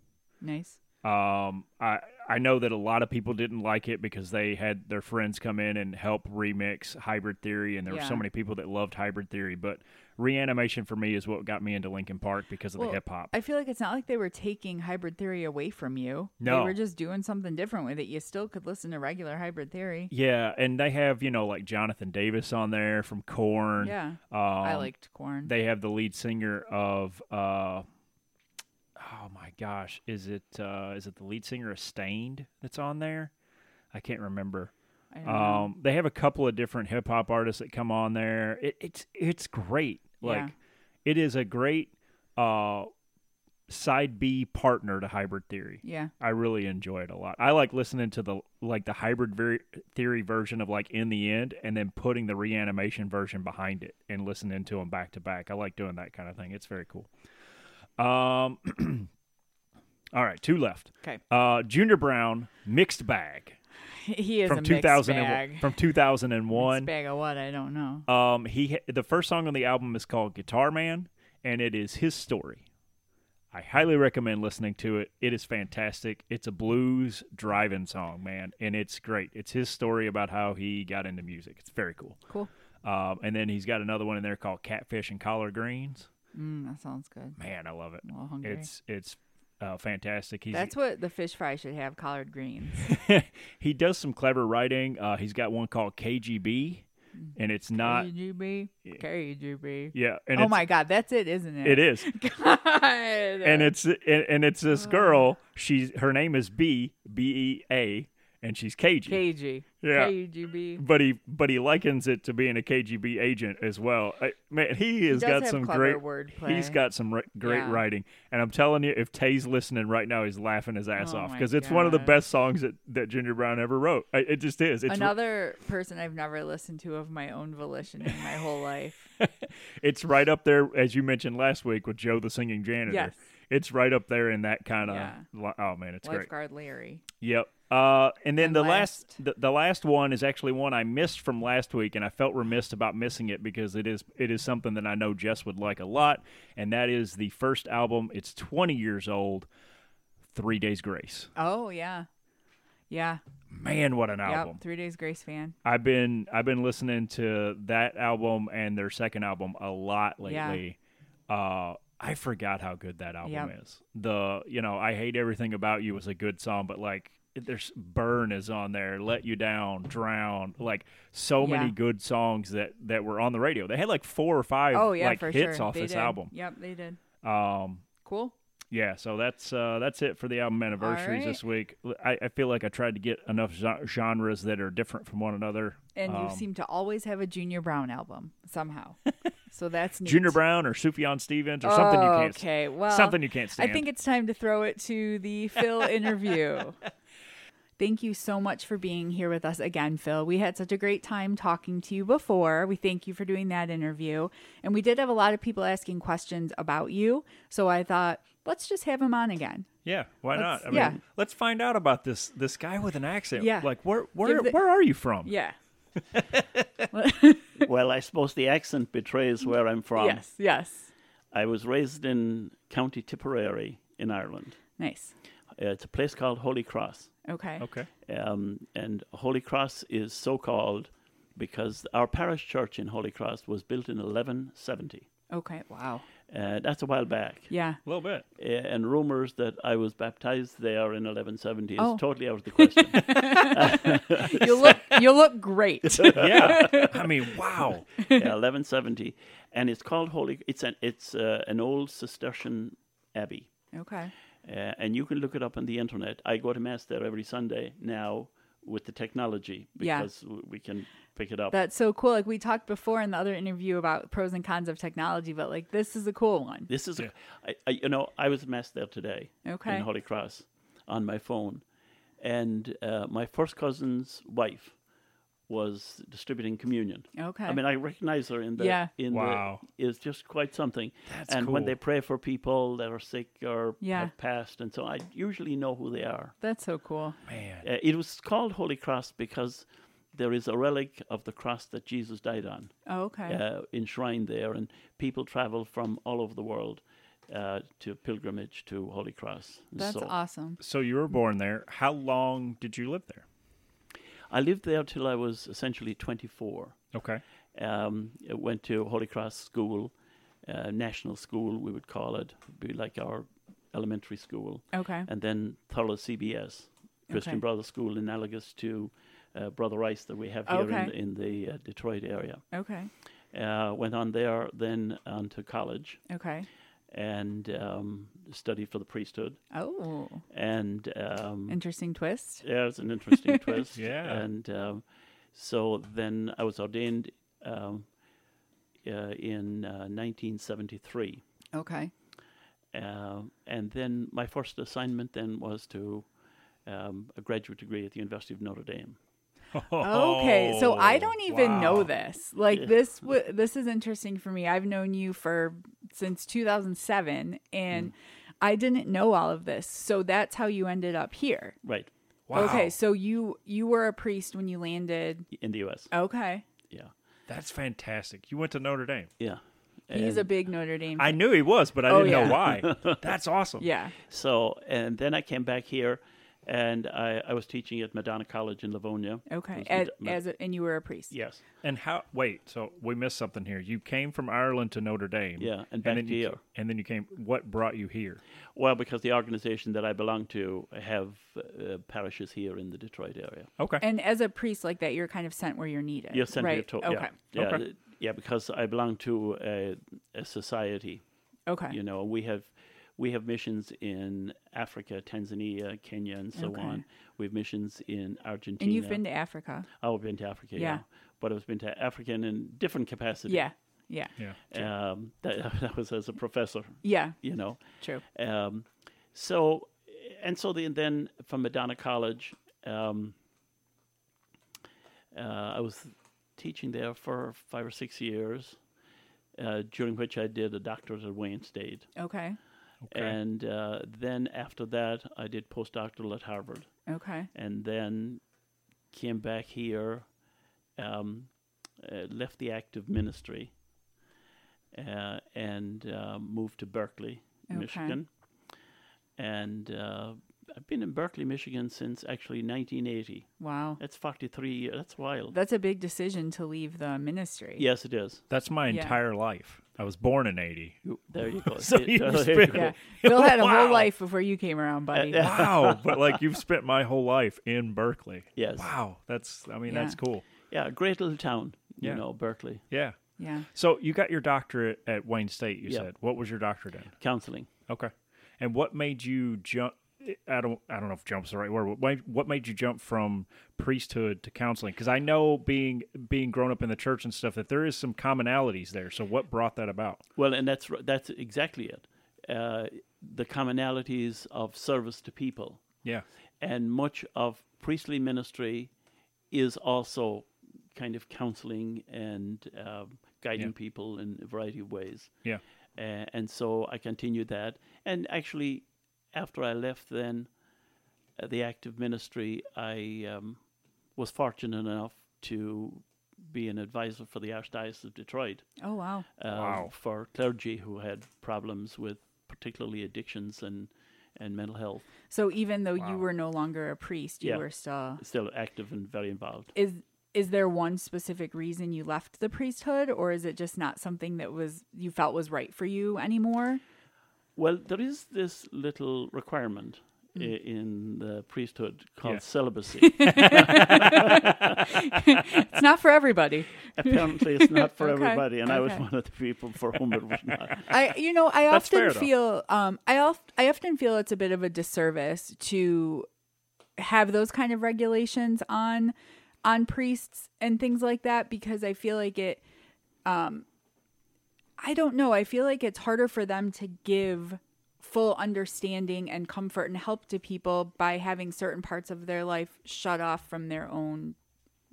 Nice.
Um, I I know that a lot of people didn't like it because they had their friends come in and help remix Hybrid Theory, and there were so
Yeah.
many people that loved Hybrid Theory. But Reanimation for me is what got me into Linkin Park because of
Well,
the hip hop.
I feel like it's not like they were taking hybrid theory away from you.
No.
They were just doing something different with it. You still could listen to regular hybrid theory.
Yeah, and they have you know like Jonathan Davis on there from Corn.
Yeah.
um,
I liked corn.
They have the lead singer of. Uh, oh my gosh, is it uh, is it the lead singer of Stained that's on there? I can't remember.
I don't know.
Um, they have a couple of different hip hop artists that come on there. It, it's it's great. Like
Yeah.
it is a great uh, side B partner to Hybrid Theory.
yeah.
I really enjoy it a lot. I like listening to the like the hybrid ver- theory version of like in the end, and then putting the reanimation version behind it and listening to them back to back. I like doing that kind of thing. It's very cool. Um, all right, two left.
Okay.
Uh, Junior Brown mixed bag
He is a
from
mixed
2000
bag.
and, Uh, from 2001.
Mixed bag of what? I don't know.
Um, he the first song on the album is called Guitar Man, and it is his story. I highly recommend listening to it. It is fantastic. It's a blues driving song, man, and it's great. It's his story about how he got into music. It's very cool.
Cool.
Um, and then he's got another one in there called Catfish and Collard Greens.
Mm, that sounds good.
Man, I love it.
I'm a little hungry.
It's it's uh, fantastic. He's,
That's what the fish fry should have: collard greens.
he does some clever writing. Uh, he's got one called KGB,
Mm-hmm.
and it's not.
KGB, KGB.
Yeah, and
Oh
it's,
my God, that's it, isn't it?
it is,
God.
and it's and, and it's
Uh.
this girl. She's her name is B B E A, and she's KG.
KG.
Yeah.
KGB.
but he but he likens it to being a KGB agent as well. I, man, he has
does
got
have
some
clever
great
wordplay.
He's got some r- great
Yeah.
writing, and I'm telling you, if Tay's listening right now, he's laughing his ass
Oh
off
my
because it's one of the
gosh.
best songs that, that Ginger Brown ever wrote. I, it just is. It's
Another person I've never listened to of my own volition in my whole life.
it's right up there as you mentioned last week with Joe the singing janitor.
Yes.
It's right up there in that kind of.
Yeah.
Oh man, it's great.
Lifeguard Larry.
Yep. Uh, and then
And
the last,
last-
the, the last one is actually one I missed from last week, and I felt remiss about missing it because it is it is something that I know Jess would like a lot, and that is the first album. It's 20 years old. Three Days Grace.
Oh yeah, yeah,
Man, what an album!
yeah. Three Days Grace fan.
I've been I've been listening to that album and their second album a lot lately. Uh, I forgot how good that album
Yep.
is. The you know I hate everything about you was a good song, but like there's burn is on there, let you down, drown, like so many
Yeah.
good songs that that were on the radio. They had like four or five
Oh yeah,
like
for
hits
sure.
off
They
this
did.
album.
Yep, they did.
Um,
Cool.
yeah, so that's uh, that's it for the album anniversaries
right.
this week. I, I feel like I tried to get enough gen- genres that are different from one another.
And
Um,
you seem to always have a Junior Brown album somehow. so that's neat.
Junior Brown or Sufjan Stevens or something you can't
Okay, well,
something you can't stand.
I think it's time to throw it to the Phil interview. Thank you so much for being here with us again, Phil. We had such a great time talking to you before. We thank you for doing that interview. And we did have a lot of people asking questions about you. So I thought, let's just have him on again.
yeah, why
Let's-
not? I mean,
yeah.
let's find out about this this guy with an accent.
Yeah.
like where where
Give the-
where are you from?
Yeah.
well, I suppose the accent betrays where I'm from.
Mm, yes, yes.
I was raised in County Tipperary in Ireland.
Nice.
Uh, It's a place called Holy Cross.
Okay.
Okay.
Um, and Holy Cross is so called because our parish church in Holy Cross was built in 1170.
Okay. Wow.
Uh, that's a while back.
Yeah.
A little bit.
Uh, And rumors that I was baptized there in 1170 is
Oh.
totally out of the question.
You look you look great.
Yeah. I mean, wow.
yeah, 1170. And it's called Holy, it's an, it's, uh, an old Cistercian abbey.
Okay.
uh, and you can look it up on the internet. I go to mass there every Sunday now with the technology
Yeah.
because w- we can pick it up.
That's so cool. Like we talked before in the other interview about pros and cons of technology, but like this is a cool one.
this is,
Yeah.
a I I you know, I was at mass there today
Okay.
in Holy Cross on my phone, and uh, my first cousin's wife was distributing communion.
Okay.
I mean, I recognize her in the
Yeah.
in
Wow.
the is just quite something.
That's
and when
cool.
they pray for people that are sick or
Yeah.
have passed, and so I usually know who they are.
That's so cool.
Man.
Uh, it was called Holy Cross because there is a relic of the cross that Jesus died on
Oh, okay.
uh, enshrined there, and people travel from all over the world uh, to pilgrimage to Holy Cross. And
That's
so
awesome.
So you were born there. How long did you live there?
I lived there till I was essentially 24.
Okay.
Um, I went to Holy Cross School, uh, National School, we would call it, would be like our elementary school,
Okay.
and then Thorough CBS, Christian
Okay.
Brothers School, analogous to uh, Brother Rice that we have here
Okay.
in, in the uh, Detroit area.
Okay.
uh, went on there, then on to college
Okay.
and um, studied for the priesthood.
Oh,
And um,
interesting twist.
yeah, it was an interesting twist.
Yeah.
And um, so then I was ordained um, uh, in uh, 1973.
Okay.
Um and then my first assignment then was to um, a graduate degree at the University of Notre Dame.
Okay. So I don't even know
Oh, wow.
this. Like
Yeah.
this w- this is interesting for me. I've known you for since 2007 and I didn't know all of this. So that's how you ended up here.
Right.
Wow.
Okay, so you you were a priest when you landed.
In the U.S.
Okay.
Yeah.
That's fantastic. You went to Notre Dame.
Yeah.
He's a
And
big Notre Dame.
I knew he was, but I
Oh,
didn't
yeah.
know why. That's awesome.
yeah.
So, and then I came back here, and I, I was teaching at Madonna College in Livonia.
Okay.
It was
As,
Mad- Mad-
as a, and you were a priest.
yes,
And how? Wait, so we missed something here. You came from Ireland to Notre Dame.
Yeah, and back
then you,
here.
ca- And then you came. What brought you here?
well, because the organization that I belong to have uh, parishes here in the Detroit area.
Okay.
And as a priest like that, you're kind of sent where you're needed.
You're sent
right?
here to
okay.
yeah, yeah,
Okay.
th- yeah, because I belong to a, a society.
Okay.
You know, we have we have missions in Africa, Tanzania, Kenya, and so
Okay.
on. We have missions in Argentina.
and you've been to Africa.
Oh, I've been to Africa. Yeah.
Yeah.
But I've been to Africa in a different capacity.
Yeah. Yeah.
yeah.
Um, that, that was as a professor,
Yeah.
you know.
True.
Um, so, and so then, then from Madonna College, um, uh, I was teaching there for five or six years, uh, during which I did a doctorate at Wayne State.
Okay.
Okay.
And uh, then after that, I did postdoctoral at Harvard
Okay.
and then came back here, um, uh, left the active ministry, uh, and uh, moved to Berkeley,
Okay.
Michigan. And uh, I've been in Berkeley, Michigan since actually 1980.
Wow.
That's 43 years. That's wild.
That's a big decision to leave the ministry.
yes, it is.
That's my
Yeah.
entire life. I was born in '80.
You- There you go.
So you
There
spent-
Yeah. Bill had a
Wow.
whole life before you came around, buddy.
Wow, but like you've spent my whole life in Berkeley.
Yes.
Wow, that's. I mean,
Yeah.
that's cool.
Yeah, great little town, you
Yeah.
know, Berkeley.
Yeah.
yeah.
So you got your doctorate at Wayne State. You
Yeah.
said. What was your doctorate in?
Counseling.
Okay. And what made you jump? I don't. I don't know if "jump's" the right word. What made, what made you jump from priesthood to counseling? Because I know being being grown up in the church and stuff that there is some commonalities there. So what brought that about?
Well, and that's r- that's exactly it. Uh, the commonalities of service to people,
Yeah.
and much of priestly ministry is also kind of counseling and um, guiding
Yeah.
people in a variety of ways.
Yeah.
Uh, and so I continued that. And actually, after I left then uh, the active ministry, I um, was fortunate enough to be an advisor for the Archdiocese of Detroit
Oh wow.
uh,
Wow.
for clergy who had problems with particularly addictions and, and mental health.
So even though
Wow.
you were no longer a priest, you
Yeah.
were still
Still active and very involved.
is is there one specific reason you left the priesthood or is it just not something that was you felt was right for you anymore?
Well, there is this little requirement i in the priesthood called
Yeah.
celibacy.
It's not for everybody.
Apparently, it's not for
Okay,
everybody, and I was
okay.
one of the people for whom it was not.
I you know I
That's
often
fair, though.
feel um I oft- I often feel it's a bit of a disservice to have those kind of regulations on on priests and things like that because I feel like it um I don't know I feel like it's harder for them to give full understanding and comfort and help to people by having certain parts of their life shut off from their own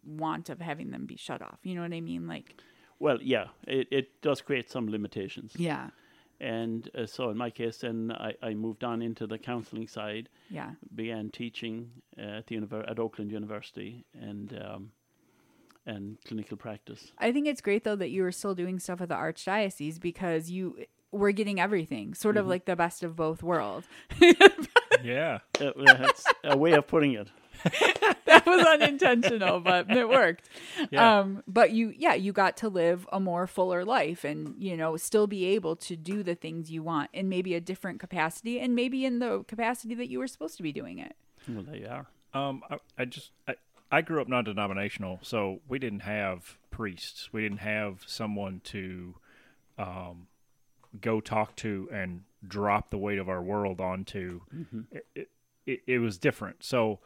want of having them be shut off you know what I mean like
Well, yeah, it, it does create some limitations.
yeah
And uh, so, in my case, then I, I moved on into the counseling side,
yeah
began teaching uh, at the univer- at Oakland University and um, and clinical practice.
I think it's great though that you were still doing stuff at the archdiocese because you were getting everything, sort of like the best of both worlds.
Yeah.
Uh, well, that's a way of putting it.
that was unintentional, but it worked.
Yeah.
Um, but you, yeah, you got to live a more fuller life, and you know, still be able to do the things you want in maybe a different capacity, and maybe in the capacity that you were supposed to be doing it.
Well, there you are.
Um. I, I just I, I grew up non-denominational, so we didn't have priests. We didn't have someone to, um, go talk to and drop the weight of our world onto. It- It, it, it was different. So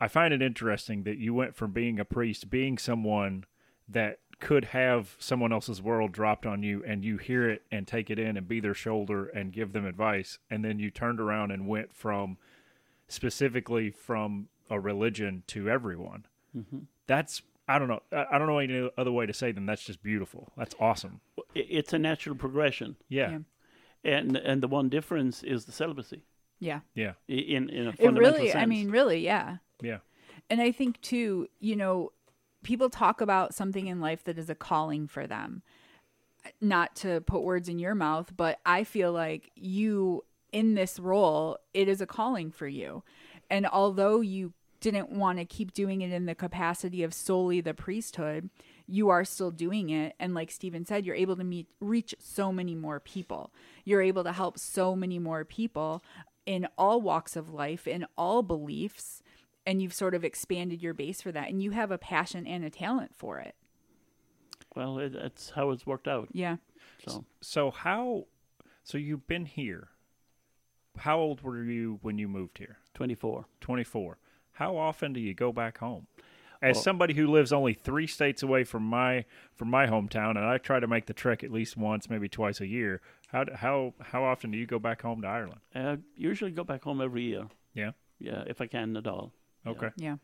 I find it interesting that you went from being a priest, being someone that could have someone else's world dropped on you and you hear it and take it in and be their shoulder and give them advice. And then you turned around and went from specifically from a religion to everyone. Mm-hmm. That's, I don't know. I I don't know any other way to say than that's just beautiful. That's awesome.
I- It's a natural progression,
Yeah.
Yeah.
Yeah.
and and the one difference is the celibacy.
Yeah,
Yeah.
i- In in a
it
fundamental
really.
sense.
I mean, really, yeah. And I think too, you know, people talk about something in life that is a calling for them. not to put words in your mouth, but I feel like you in this role, it is a calling for you. And although you didn't want to keep doing it in the capacity of solely the priesthood, you are still doing it. And like Stephen said, you're able to meet, reach so many more people. You're able to help so many more people in all walks of life, in all beliefs. And you've sort of expanded your base for that. And you have a passion and a talent for it.
Well, it, that's how it's worked out.
Yeah.
So
So how? So you've been here. How old were you when you moved here?
24.
24. How often do you go back home? As
Well-
somebody who lives only three states away from my from my hometown, and I try to make the trek at least once, maybe twice a year. How d- how how often do you go back home to Ireland?
I Uh, usually go back home every year.
Yeah.
Yeah, if I can at all.
Okay.
Yeah.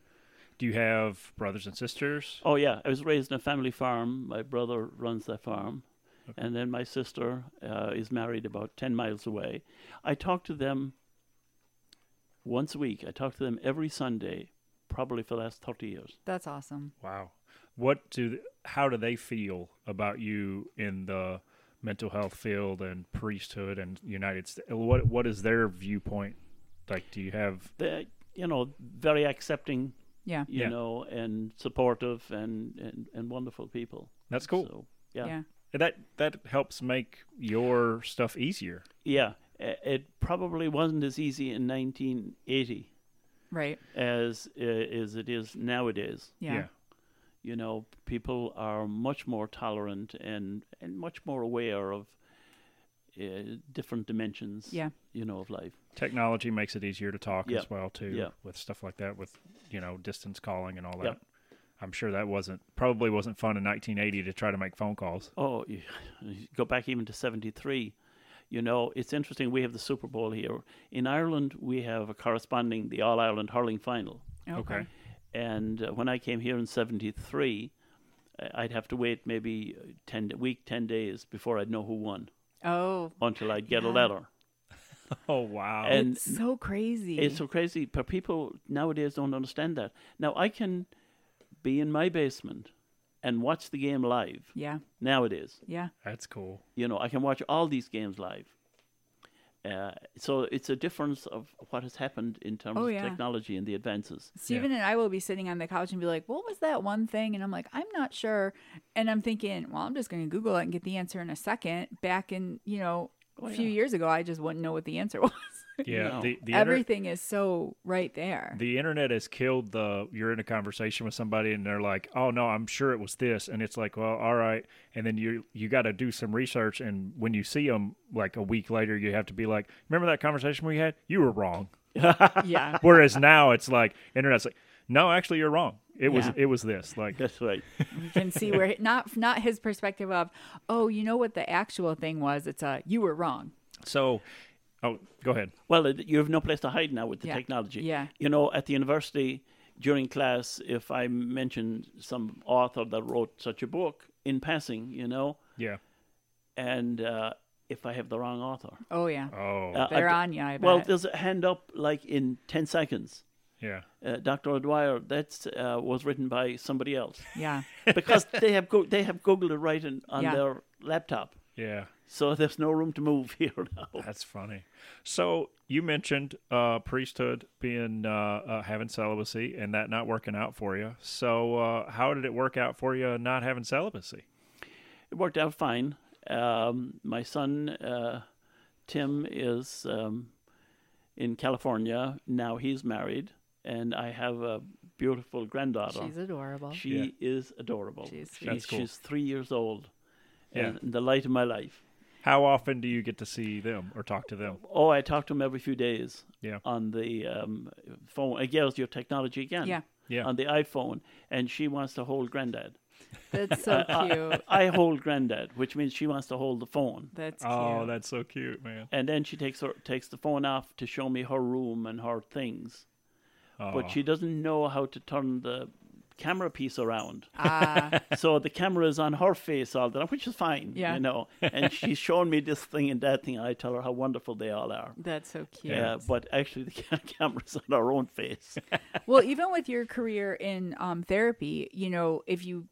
Do you have brothers and sisters?
Oh yeah, I was raised in a family farm. My brother runs that farm, and then my sister uh, is married about ten miles away. I talk to them once a week. I talk to them every Sunday, probably for the last thirty years.
That's awesome.
Wow. What do th- how do they feel about you in the mental health field and priesthood and United States? What what is their viewpoint? Like, do you have
They, you know, very accepting,
Yeah.
you
Yeah.
know, and supportive, and and, and wonderful people.
that's cool.
So,
Yeah.
yeah,
That that helps make your stuff easier.
yeah. I- It probably wasn't as easy in 1980
Right.
as uh, as it is nowadays.
yeah.
you know, people are much more tolerant and, and much more aware of uh, different dimensions,
Yeah.
you know, of life.
Technology makes it easier to talk
Yeah.
as well too
Yeah.
with stuff like that with you know distance calling and all that.
Yeah.
I'm sure that wasn't probably wasn't fun in 1980 to try to make phone calls.
Oh, you, you go back even to 73. You know, it's interesting. We have the Super Bowl here. In Ireland, we have a corresponding, the All Ireland Hurling Final.
Okay.
And uh, when I came here in 73, I- I'd have to wait maybe uh, 10 d- week, 10 days before I'd know who won
Oh,
until I'd get a
Yeah.
letter.
Oh wow.
And
it's so crazy.
It's so crazy, but people nowadays don't understand that. Now I can be in my basement and watch the game live.
yeah.
Nowadays,
Yeah.
that's cool.
you know, I can watch all these games live. Uh, so it's a difference of what has happened in terms
Oh,
of
yeah.
technology and the advances.
Stephen and I will be sitting on the couch and be like, "What was that one thing?" And I'm like, "I'm not sure." And I'm thinking, "Well, I'm just going to Google it and get the answer in a second. Back in you know a few
yeah.
years ago, I just wouldn't know what the answer was.
Yeah.
No.
The, the inter-
Everything is so right there.
the internet has killed the you're in a conversation with somebody and they're like oh no i'm sure it was this and it's like well all right and then you you got to do some research and when you see them like a week later you have to be like remember that conversation we had you were wrong
yeah,
whereas now it's like internet's like no actually you're wrong it was
Yeah.
it was this like
That's right.
you can see where not not his perspective of, oh, you know what the actual thing was. It's a you were wrong.
so oh go ahead
Well, it- you have no place to hide now with the
Yeah.
technology.
Yeah.
You know, at the university, during class, if I mentioned some author that wrote such a book in passing, you know,
yeah
and uh, if I have the wrong author.
Oh yeah,
oh
Uh,
they're
I-
on you. I bet.
Well, there's a hand up like in 10 seconds.
yeah
Uh, Dr. O'Dwyer, that uh, was written by somebody else
yeah,
because they have go- they have Googled it right in, on
Yeah.
their laptop.
yeah
So there's no room to move here now.
That's funny. So you mentioned uh, priesthood being uh, uh, having celibacy and that not working out for you. So uh, how did it work out for you not having celibacy?
It worked out fine. Um, my son, uh, Tim, is um, in California. Now he's married, and I have a beautiful granddaughter.
she's adorable.
She is adorable.
She's sweet.
That's cool.
she's three years old
Yeah.
and the light of my life.
How often do you get to see them or talk to them?
Oh, I talk to him every few days.
Yeah.
On the um, phone. Again, it's your technology again.
Yeah.
Yeah.
On the iPhone. And she wants to hold granddad.
That's so cute.
I hold granddad, which means she wants to hold the phone.
That's cute.
Oh, that's so cute, man.
And then she takes her, takes the phone off to show me her room and her things.
Aw.
But she doesn't know how to turn the camera piece around.
Ah,
so the camera is on her face all the time, which is fine.
Yeah.
You know. And she's showing me this thing and that thing. I tell her how wonderful they all are.
that's so cute.
Uh, but actually, the ca- camera's on our own face.
well even with your career in um, therapy you know if you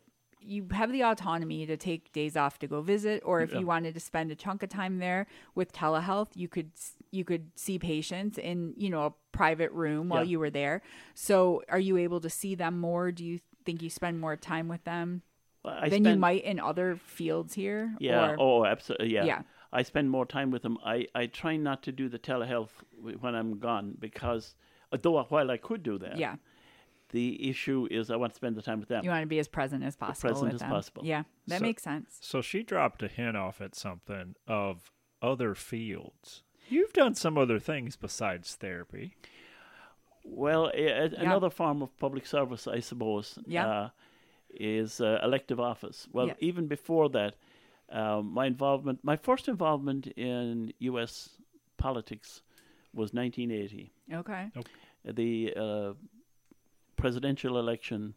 you have the autonomy to take days off to go visit or if
Yeah.
you wanted to spend a chunk of time there with telehealth you could s- you could see patients in you know a private room while
Yeah.
you were there so are you able to see them more do you think you spend more time with them
Well, I
than you
spend-
might in other fields here
Yeah.
or,
oh, absolutely. Yeah.
Yeah.
I spend more time with them. I, I try not to do the telehealth w- when I'm gone because, although while I could do that,
yeah
the issue is I want to spend the time with them.
you want to be as present as possible
present
with
as
them.
possible.
yeah that
So-
makes sense
So she dropped a hint off at something of other fields. You've done some other things besides therapy.
Well, a, a- another form of public service, I suppose,
Yeah.
uh, is uh, elective office. Well,
Yeah.
even before that, um, my involvement, my first involvement in U.S. politics was 1980,
okay
the uh, presidential election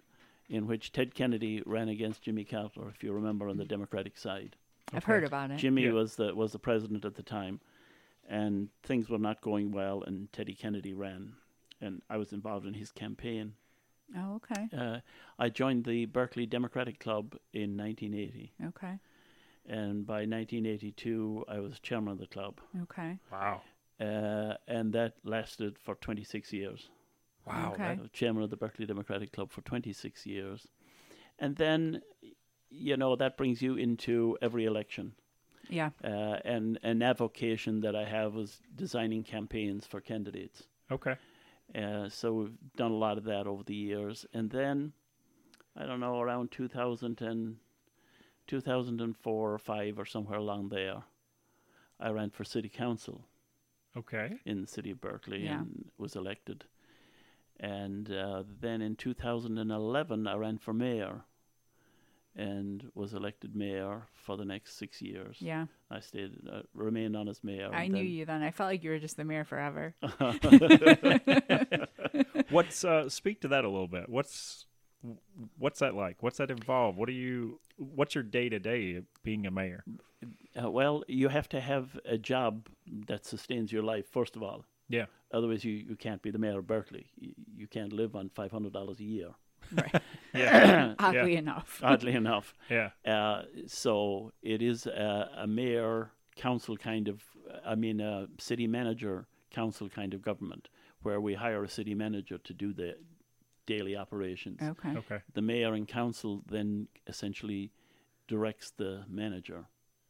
in which Ted Kennedy ran against Jimmy Carter, if you remember,
Mm-hmm.
on the Democratic side.
i've heard about it
Jimmy
Yeah.
was the was the president at the time, and things were not going well. And Teddy Kennedy ran, and I was involved in his campaign.
oh okay
Uh, I joined the Berkeley Democratic Club in 1980,
okay
and by 1982 I was chairman of the club,
okay
Wow.
uh, and that lasted for 26 years.
Wow.
Okay.
I was chairman of the Berkeley Democratic Club for 26 years, and then, you know, that brings you into every election.
yeah
uh, and an avocation that I have was designing campaigns for candidates.
that- okay.
Uh, so we've done a lot of that over the years. And then, I don't know, around 2000 and 2004 or 5 or somewhere along there, I ran for city council
Okay.
in the city of Berkeley
Yeah.
and was elected. And uh, then in 2011, I ran for mayor and was elected mayor for the next six years.
yeah
I stayed, uh, remained on as mayor.
i
and
knew
then-
you then i felt like you were just the mayor forever
What's uh speak to that a little bit. What's what's that like? What's that involve? What do you what's your day to day being a mayor?
Uh, well, you have to have a job that sustains your life, first of all.
Yeah.
Otherwise, you, you can't be the mayor of Berkeley. You, you can't live on $500 a year,
Right.
Yeah.
Oddly enough.
oddly enough.
yeah.
Uh, so it is a, a mayor council kind of, I mean, a city manager council kind of government where we hire a city manager to do the daily operations.
Okay.
Okay.
The mayor and council then essentially directs the manager.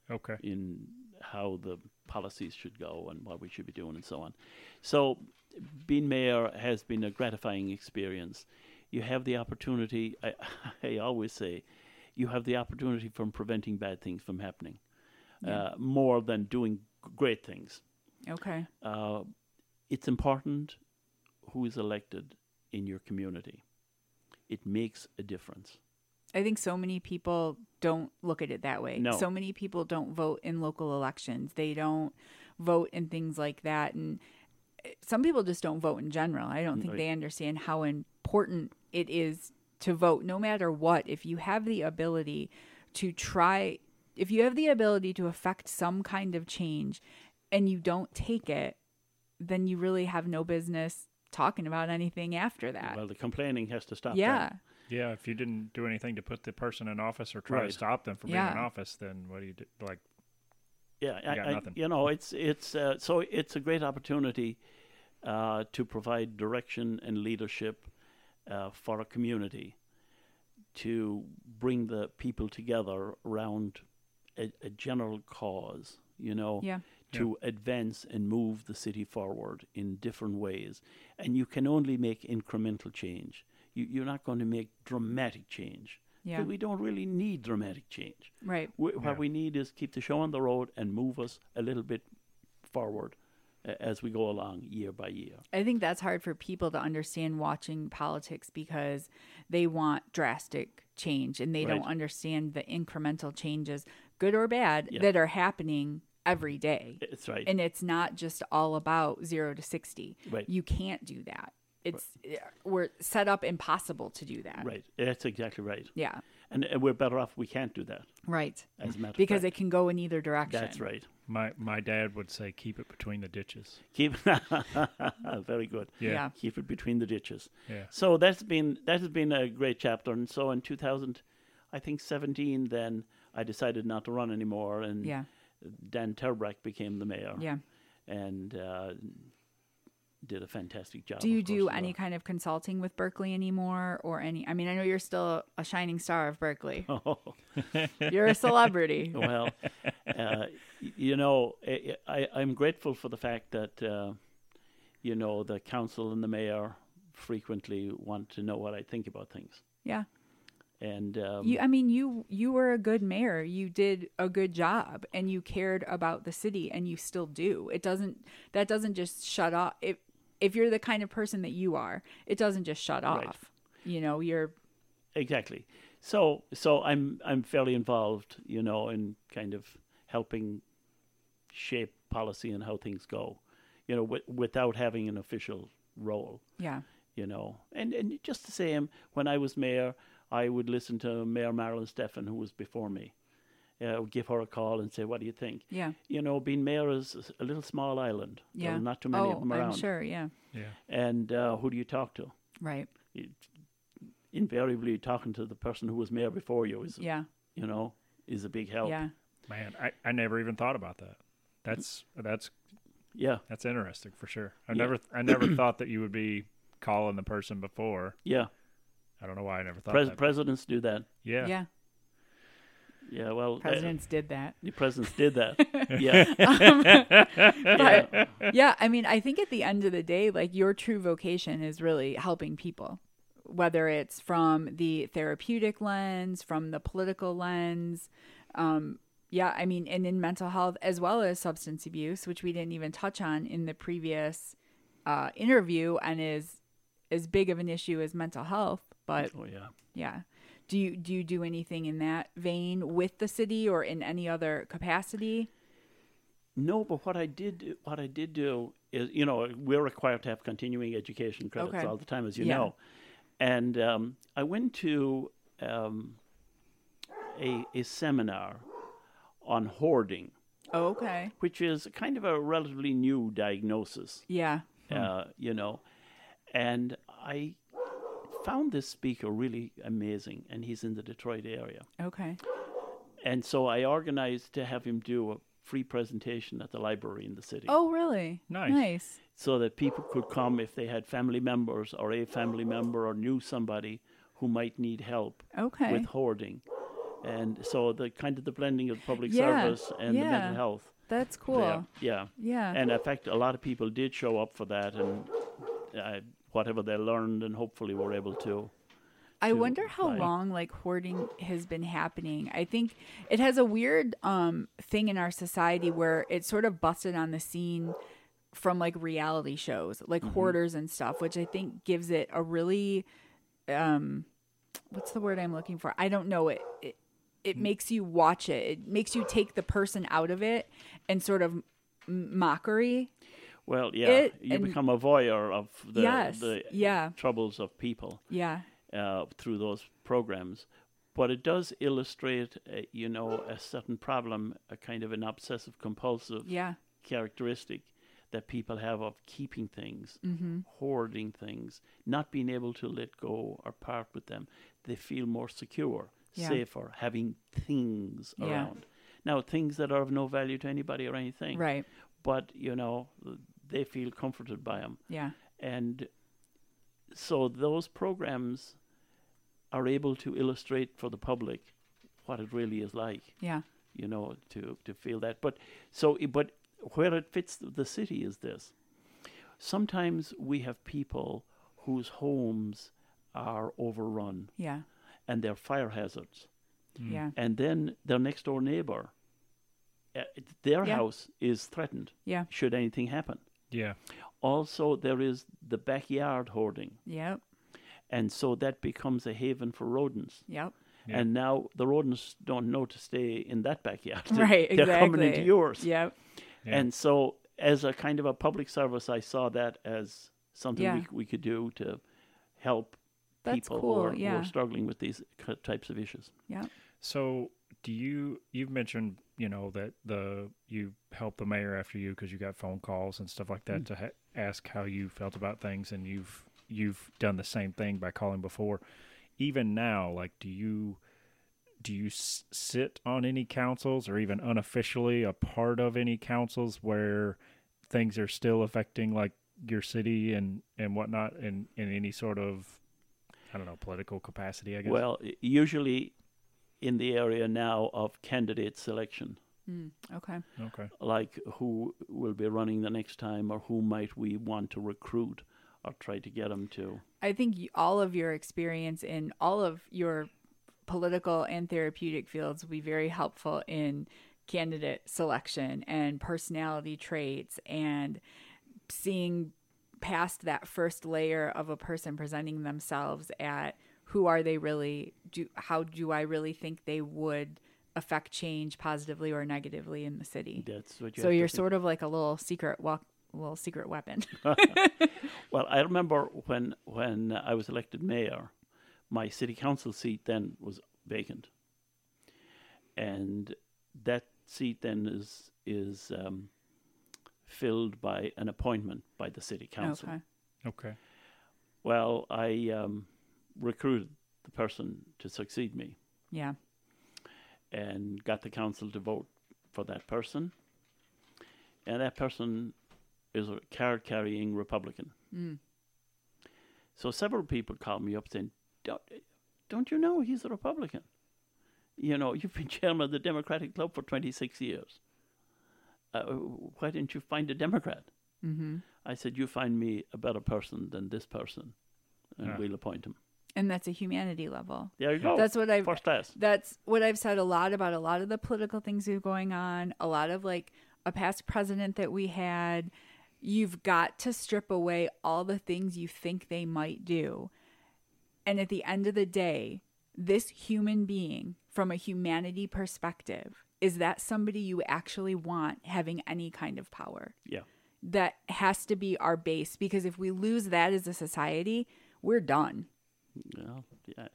Okay.
in how the policies should go and what we should be doing and so on. So being mayor has been a gratifying experience. You have the opportunity, I, I always say, you have the opportunity from preventing bad things from happening uh, more than doing g- great things.
Okay.
Uh, it's important who is elected in your community, it makes a difference.
I think so many people don't look at it that way.
No.
So many people don't vote in local elections. They don't vote in things like that and eh, some people just don't vote in general. I don't think
Right.
they understand how important it is to vote no matter what if you have the ability to try if you have the ability to affect some kind of change and you don't take it then you really have no business talking about anything after that.
Well, the complaining has to stop.
Uh,
then.
yeah.
Yeah, if you didn't do anything to put the person in office or try
Right.
to stop them from
Yeah.
being in office, then what do you do? Like,
Yeah, I,
got
I,
nothing.
you know, it's it's uh, so it's a great opportunity uh, to provide direction and leadership uh, for a community to bring the people together around a, a general cause. You know,
Yeah.
to advance and move the city forward in different ways, and you can only make incremental change. You, you're not going to make dramatic change.
Yeah.
We don't really need dramatic change.
Right.
We, What
Yeah.
we need is keep the show on the road and move us a little bit forward uh, as we go along year by year.
I think that's hard for people to understand watching politics because they want drastic change and they don't
Right.
understand the incremental changes, good or bad,
Yeah.
that are happening every day.
That's right.
And it's not just all about 0 to 60.
Right.
You can't do that. It's eh, we're set up impossible to do that.
right. That's exactly right.
Yeah.
And, and we're better off we can't do that,
Right.
as a matter
Because
of fact.
it can go in either direction.
That's right.
my my dad would say, keep it between the ditches.
Keep very good.
Yeah.
Yeah.
Keep it between the ditches.
Yeah.
So that's been that has been a great chapter. And so in 2000, I think 17, then I decided not to run anymore, and
Yeah.
Dan Terbrecht became the mayor.
Yeah.
and uh, did a fantastic job.
Do you
of course,
do
as
any
well.
kind of consulting with Berkeley anymore or any I mean, I know you're still a shining star of Berkeley. You're a celebrity.
Oh, well, uh, y- you know, I, I, I'm grateful for the fact that, uh, you know, the council and the mayor frequently want to know what I think about things.
Yeah.
And um,
You I mean, you you were a good mayor. You did a good job and you cared about the city and you still do. It doesn't that doesn't just shut off if if you're the kind of person that you are, it doesn't just shut off.
Right.
You know, you're
exactly. So, so I'm I'm fairly involved, you know, in kind of helping shape policy and how things go, you know, w- without having an official role.
yeah.
you know. And and just the same, when I was mayor, I would listen to Mayor Marilyn Steffen, who was before me. Uh, I would give her a call and say, "What do you think?"
Yeah.
You know, being mayor is a little small island. There
Yeah.
are not too many
oh,
of them around.
I'm sure, yeah.
Yeah.
And uh, who do you talk to?
Right.
You, invariably, talking to the person who was mayor before you is,
Yeah.
you know, is a big help.
Yeah.
Man, I, I never even thought about that. That's that's
yeah,
that's interesting for sure. I
Yeah.
never I never thought that you would be calling the person before.
yeah.
I don't know why I never thought
Pres-
that.
presidents do that.
yeah.
Yeah.
Yeah, well, uh,
Presidents did that.
the presidents did that. yeah,
But yeah, I mean, I think at the end of the day, like your true vocation is really helping people, whether it's from the therapeutic lens, from the political lens. Um, yeah, I mean, and in mental health as well as substance abuse, which we didn't even touch on in the previous uh, interview, and is as big of an issue as mental health. But
oh yeah.
yeah. Do you do you do anything in that vein with the city or in any other capacity?
No, but what I did what I did do is you know we're required to have continuing education credits
Okay.
all the time, as you
Yeah.
know, and um, I went to um, a a seminar on hoarding,
Oh, okay.
which is kind of a relatively new diagnosis,
Yeah.
uh, you know, and I found this speaker really amazing, and he's in the Detroit area,
Okay.
and so I organized to have him do a free presentation at the library in the city.
Oh, really?
Nice.
Nice.
so that people could come if they had family members or a family member or knew somebody who might need help
Okay.
with hoarding. And so the kind of the blending of public
Yeah,
service and the
yeah.
mental health.
That's cool.
there.
Yeah.
Yeah. And in fact, a lot of people did show up for that and uh, whatever they learned and hopefully were able to.
I
to
wonder how
buy.
long like hoarding has been happening. I think it has a weird um thing in our society where it sort of busted on the scene from like reality shows, like
Mm-hmm.
hoarders and stuff, which I think gives it a really um what's the word I'm looking for? I don't know it. it
Mm.
it makes you watch it. It makes you take the person out of it and sort of m- mockery.
Well, yeah,
It-
you
and-
become a voyeur of the,
yes.
the
yeah.
troubles of people.
Yeah.
uh, through those programs. But it does illustrate, uh, you know, a certain problem, a kind of an obsessive compulsive
Yeah.
characteristic that people have of keeping things,
Mm-hmm.
hoarding things, not being able to let go or part with them. They feel more secure,
Yeah.
safer, having things
Yeah.
around. Now, things that are of no value to anybody or anything,
Right.
but, you know, they feel comforted by them.
Yeah.
And so those programs are able to illustrate for the public what it really is like,
Yeah.
you know, to, to feel that. But so, i- but where it fits th- the city is this. Sometimes we have people whose homes are overrun
Yeah.
and they're fire hazards.
Yeah.
And then their next door neighbor, uh, their
Yeah.
house is threatened
Yeah.
should anything happen.
Yeah.
Also, there is the backyard hoarding.
Yep.
and so that becomes a haven for rodents.
Yep.
Yeah.
And now the rodents don't know to stay in that backyard.
Right.
They're
exactly.
coming into yours.
Yep.
Yeah.
And so, as a kind of a public service, I saw that as something
Yeah.
we, we could do to help
That's
people
cool,
who, are, who
yeah.
are struggling with these k- types of issues.
Yep.
So do you you've mentioned you know that the you helped the mayor after you because you got phone calls and stuff like that to ha- ask how you felt about things and you've you've done the same thing by calling before even now like do you do you s- sit on any councils or even unofficially a part of any councils where things are still affecting like your city and and whatnot in in any sort of i don't know political capacity i guess
Well, i- usually in the area now of candidate selection,
Mm, okay.
okay
like who will be running the next time or who might we want to recruit or try to get them to.
I think y- all of your experience in all of your political and therapeutic fields will be very helpful in candidate selection and personality traits and seeing past that first layer of a person presenting themselves at who are they really do how do I really think they would affect change positively or negatively in the city.
That's what you
so
have to
you're
think.
sort of like a little secret walk little secret weapon.
Well, I remember when when I was elected mayor, my city council seat then was vacant, and that seat then is is um, filled by an appointment by the city council.
Okay.
okay
Well, I um, recruited the person to succeed me
Yeah.
and got the council to vote for that person, and that person is a card carrying Republican.
Mm.
So several people called me up saying, don't, don't you know he's a Republican? You know, you've been chairman of the Democratic Club for 26 years. Uh, why didn't you find a Democrat?
Mhm.
I said, You find me a better person than this person, and
Yeah.
we'll appoint him.
And that's a humanity level.
There you go.
that's what I've
First class.
that's what I've said a lot about a lot of the political things that are going on, a lot of like a past president that we had. You've got to strip away all the things you think they might do. And at the end of the day, this human being from a humanity perspective, is that somebody you actually want having any kind of power?
Yeah.
That has to be our base because if we lose that as a society, we're done.
Well, yeah.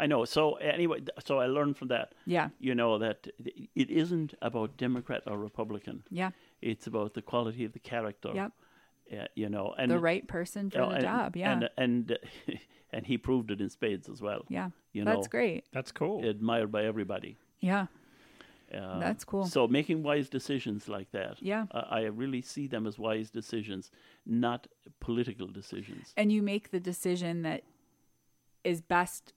I know. So, anyway, th- so I learned from that,
Yeah.
you know, that it isn't about Democrat or Republican.
Yeah.
It's about the quality of the character.
Yep.
Yeah, you know, and
the right person for
Oh,
the
and,
job. Yeah.
and and and he proved it in spades as well.
yeah.
you
That's
know.
great.
that's cool
admired by everybody.
Yeah.
Uh,
That's cool.
So making wise decisions like that,
Yeah.
I, I really see them as wise decisions, not political decisions.
And you make the decision that is best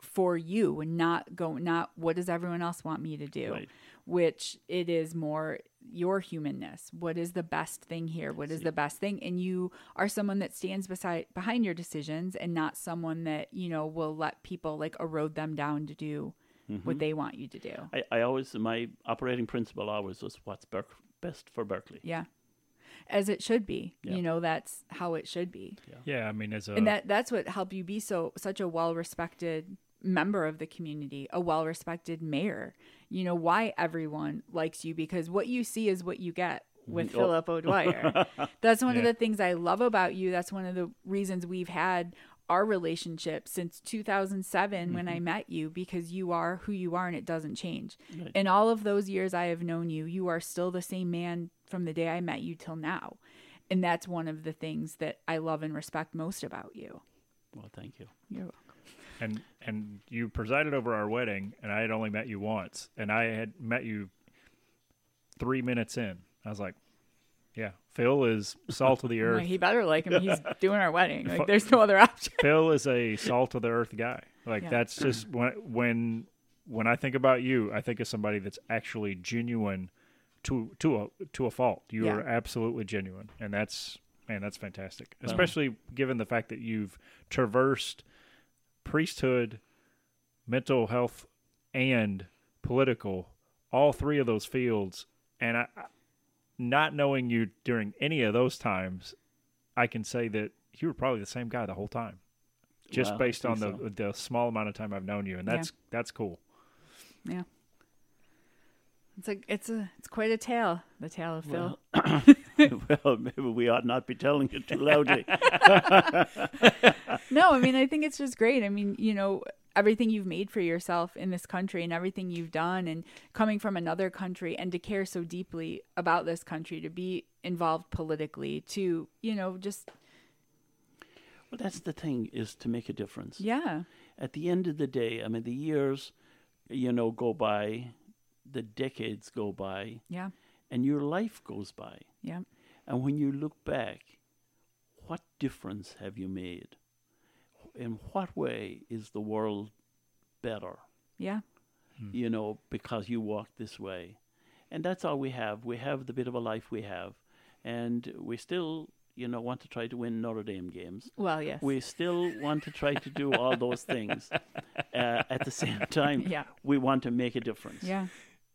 for you and not go not what does everyone else want me to do?
Right.
Which it is more your humanness. What is the best thing here? What is the best thing? And you are someone that stands beside behind your decisions and not someone that, you know, will let people like erode them down to do
Mm-hmm.
what they want you to do.
I, I always my operating principle always was what's Berk- best for Berkeley.
Yeah. As it should be.
Yeah.
You know, that's how it should be.
yeah i mean as a
and that that's what helped you be so such a well respected member of the community a well respected mayor you know why everyone likes you because what you see is what you get with
Oh.
philip o'dwyer that's one of
Yeah.
the things i love about you that's one of the reasons we've had our relationship since 2007 when i met you because you are who you are and it doesn't change
Right.
in all of those years i have known you you are still the same man from the day i met you till now and that's one of the things that i love and respect most about you
Well, thank you.
you're welcome.
and and you presided over our wedding and i had only met you once and i had met you three minutes in i was like yeah phil is salt of the
I'm
earth
like, he better like him. He's doing our wedding. Like, there's no other option.
phil is a salt of the earth guy like
Yeah.
that's just when when when i think about you i think of somebody that's actually genuine to to a to a fault you
Yeah.
are absolutely genuine and that's man that's fantastic especially given the fact that you've traversed priesthood mental health and political all three of those fields and i I- not knowing you during any of those times i can say that you were probably the same guy the whole time just
Well, I
based on the
think
the small amount of time i've known you and
Yeah.
that's that's cool
Yeah. It's like it's a it's quite a tale. The tale of Phil.
well, maybe we ought not be telling it too loudly.
No, I mean I think it's just great. I mean, you know, everything you've made for yourself in this country and everything you've done and coming from another country and to care so deeply about this country, to be involved politically, to, you know, just
well, that's the thing is to make a difference.
yeah.
At the end of the day, I mean, the years you know go by, the decades go by,
Yeah.
and your life goes by.
Yeah.
And when you look back, what difference have you made? In what way is the world better?
Yeah.
you know, because you walk this way. And that's all we have. We have the bit of a life we have. And we still, you know, want to try to win Notre Dame games.
Well, yes.
We still want to try to do all those things. Uh, at the same time,
Yeah.
we want to make a difference.
yeah.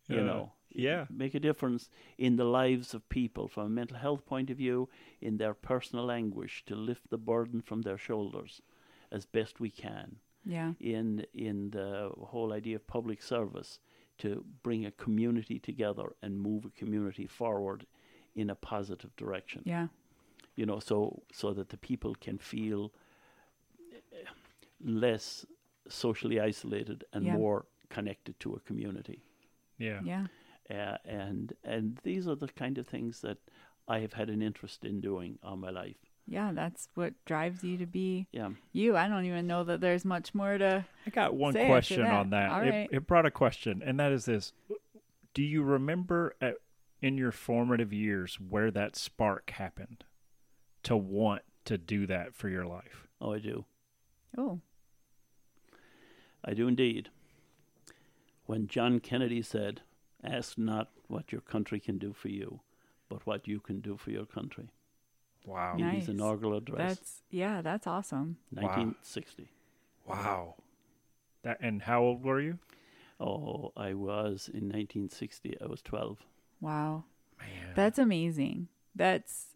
You
Uh,
know,
yeah.
make a difference in the lives of people from a mental health point of view, in their personal anguish, to lift the burden from their shoulders as best we can
Yeah.
in in the whole idea of public service to bring a community together and move a community forward in a positive direction
Yeah.
you know so so that the people can feel eh, less socially isolated and
Yeah.
more connected to a community
Yeah.
Yeah.
uh, and and these are the kind of things that I have had an interest in doing all my life
Yeah. That's what drives you to be
yeah
you. I don't even know that there's much more to.
I got one
Say after
question
that.
on that.
All
it,
right.
it brought a question, and that is this: Do you remember at, in your formative years where that spark happened to want to do that for your life?
oh I do
Oh.
I do indeed. When John Kennedy said, Ask not what your country can do for you, but what you can do for your country,
Wow!
in
Nice.
his inaugural address,
That's yeah. That's awesome.
Wow.
1960.
Wow! That and how old were you?
Oh, I was in 1960, I was 12.
Wow.
Man,
That's amazing. That's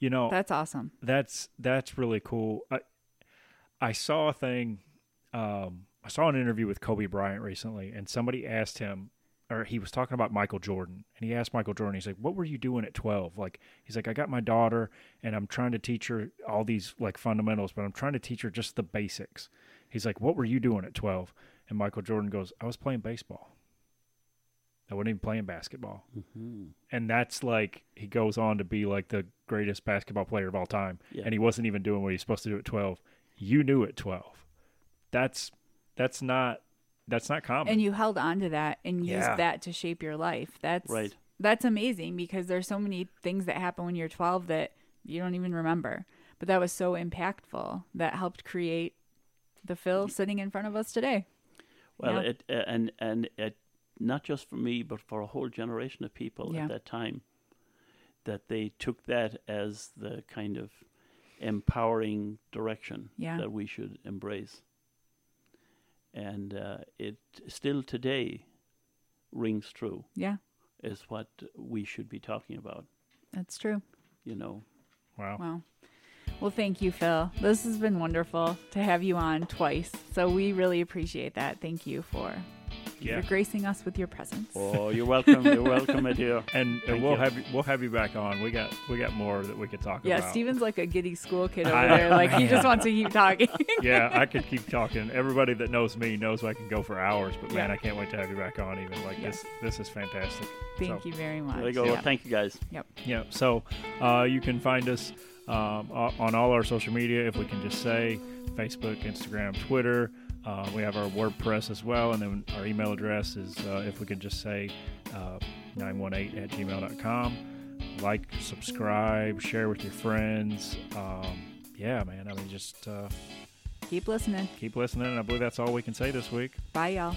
you know
that's awesome.
that's that's really cool. I I saw a thing. Um, I saw an interview with Kobe Bryant recently, and somebody asked him, or he was talking about Michael Jordan, and he asked Michael Jordan, he's like, "What were you doing at 12?" Like, he's like, "I got my daughter, and I'm trying to teach her all these like fundamentals, but I'm trying to teach her just the basics." He's like, "What were you doing at 12?" And Michael Jordan goes, "I was playing baseball. I wasn't even playing basketball."
Mm-hmm.
and that's like he goes on to be like the greatest basketball player of all time
Yeah.
and he wasn't even doing what he's supposed to do at 12 you knew at 12 that's that's not that's not common
And you held on to that and used
Yeah.
that to shape your life. That's
Right.
That's amazing because there's so many things that happen when you're 12 that you don't even remember. But that was so impactful that helped create the Phil sitting in front of us today.
Well,
Yeah.
it, uh, and, and it, not just for me, but for a whole generation of people
Yeah.
at that time, that they took that as the kind of empowering direction
Yeah.
that we should embrace. And uh, it still today rings true,
Yeah,
is what we should be talking about,
that's true.
you know.
wow
Wow. Well, thank you, Phil. This has been wonderful to have you on twice. So we really appreciate that. Thank you for,
yeah
for gracing us with your presence.
Oh, you're welcome. you're welcome, my dear.
and, and
Thank
we'll
you.
have you, we'll have you back on we got we got more that we could talk
yeah,
about
Steven's like a giddy school kid over
I-
there. Like he just wants to keep talking.
yeah i could keep talking everybody that knows me knows i can go for hours but man
Yeah.
i can't wait to have you back on even like this this is fantastic
Thank
So-
you very much.
There you go.
Yeah.
Thank you, guys.
Yep.
Yeah. So uh, you can find us um, o- on all our social media, if we can just say Facebook, Instagram, Twitter. Uh, we have our WordPress as well. And then our email address is, uh, if we can just say, uh, 918 at gmail.com. Like, subscribe, share with your friends. Um, yeah, man. I mean, just uh,
Keep listening.
keep listening. I believe that's all we can say this week.
Bye, y'all.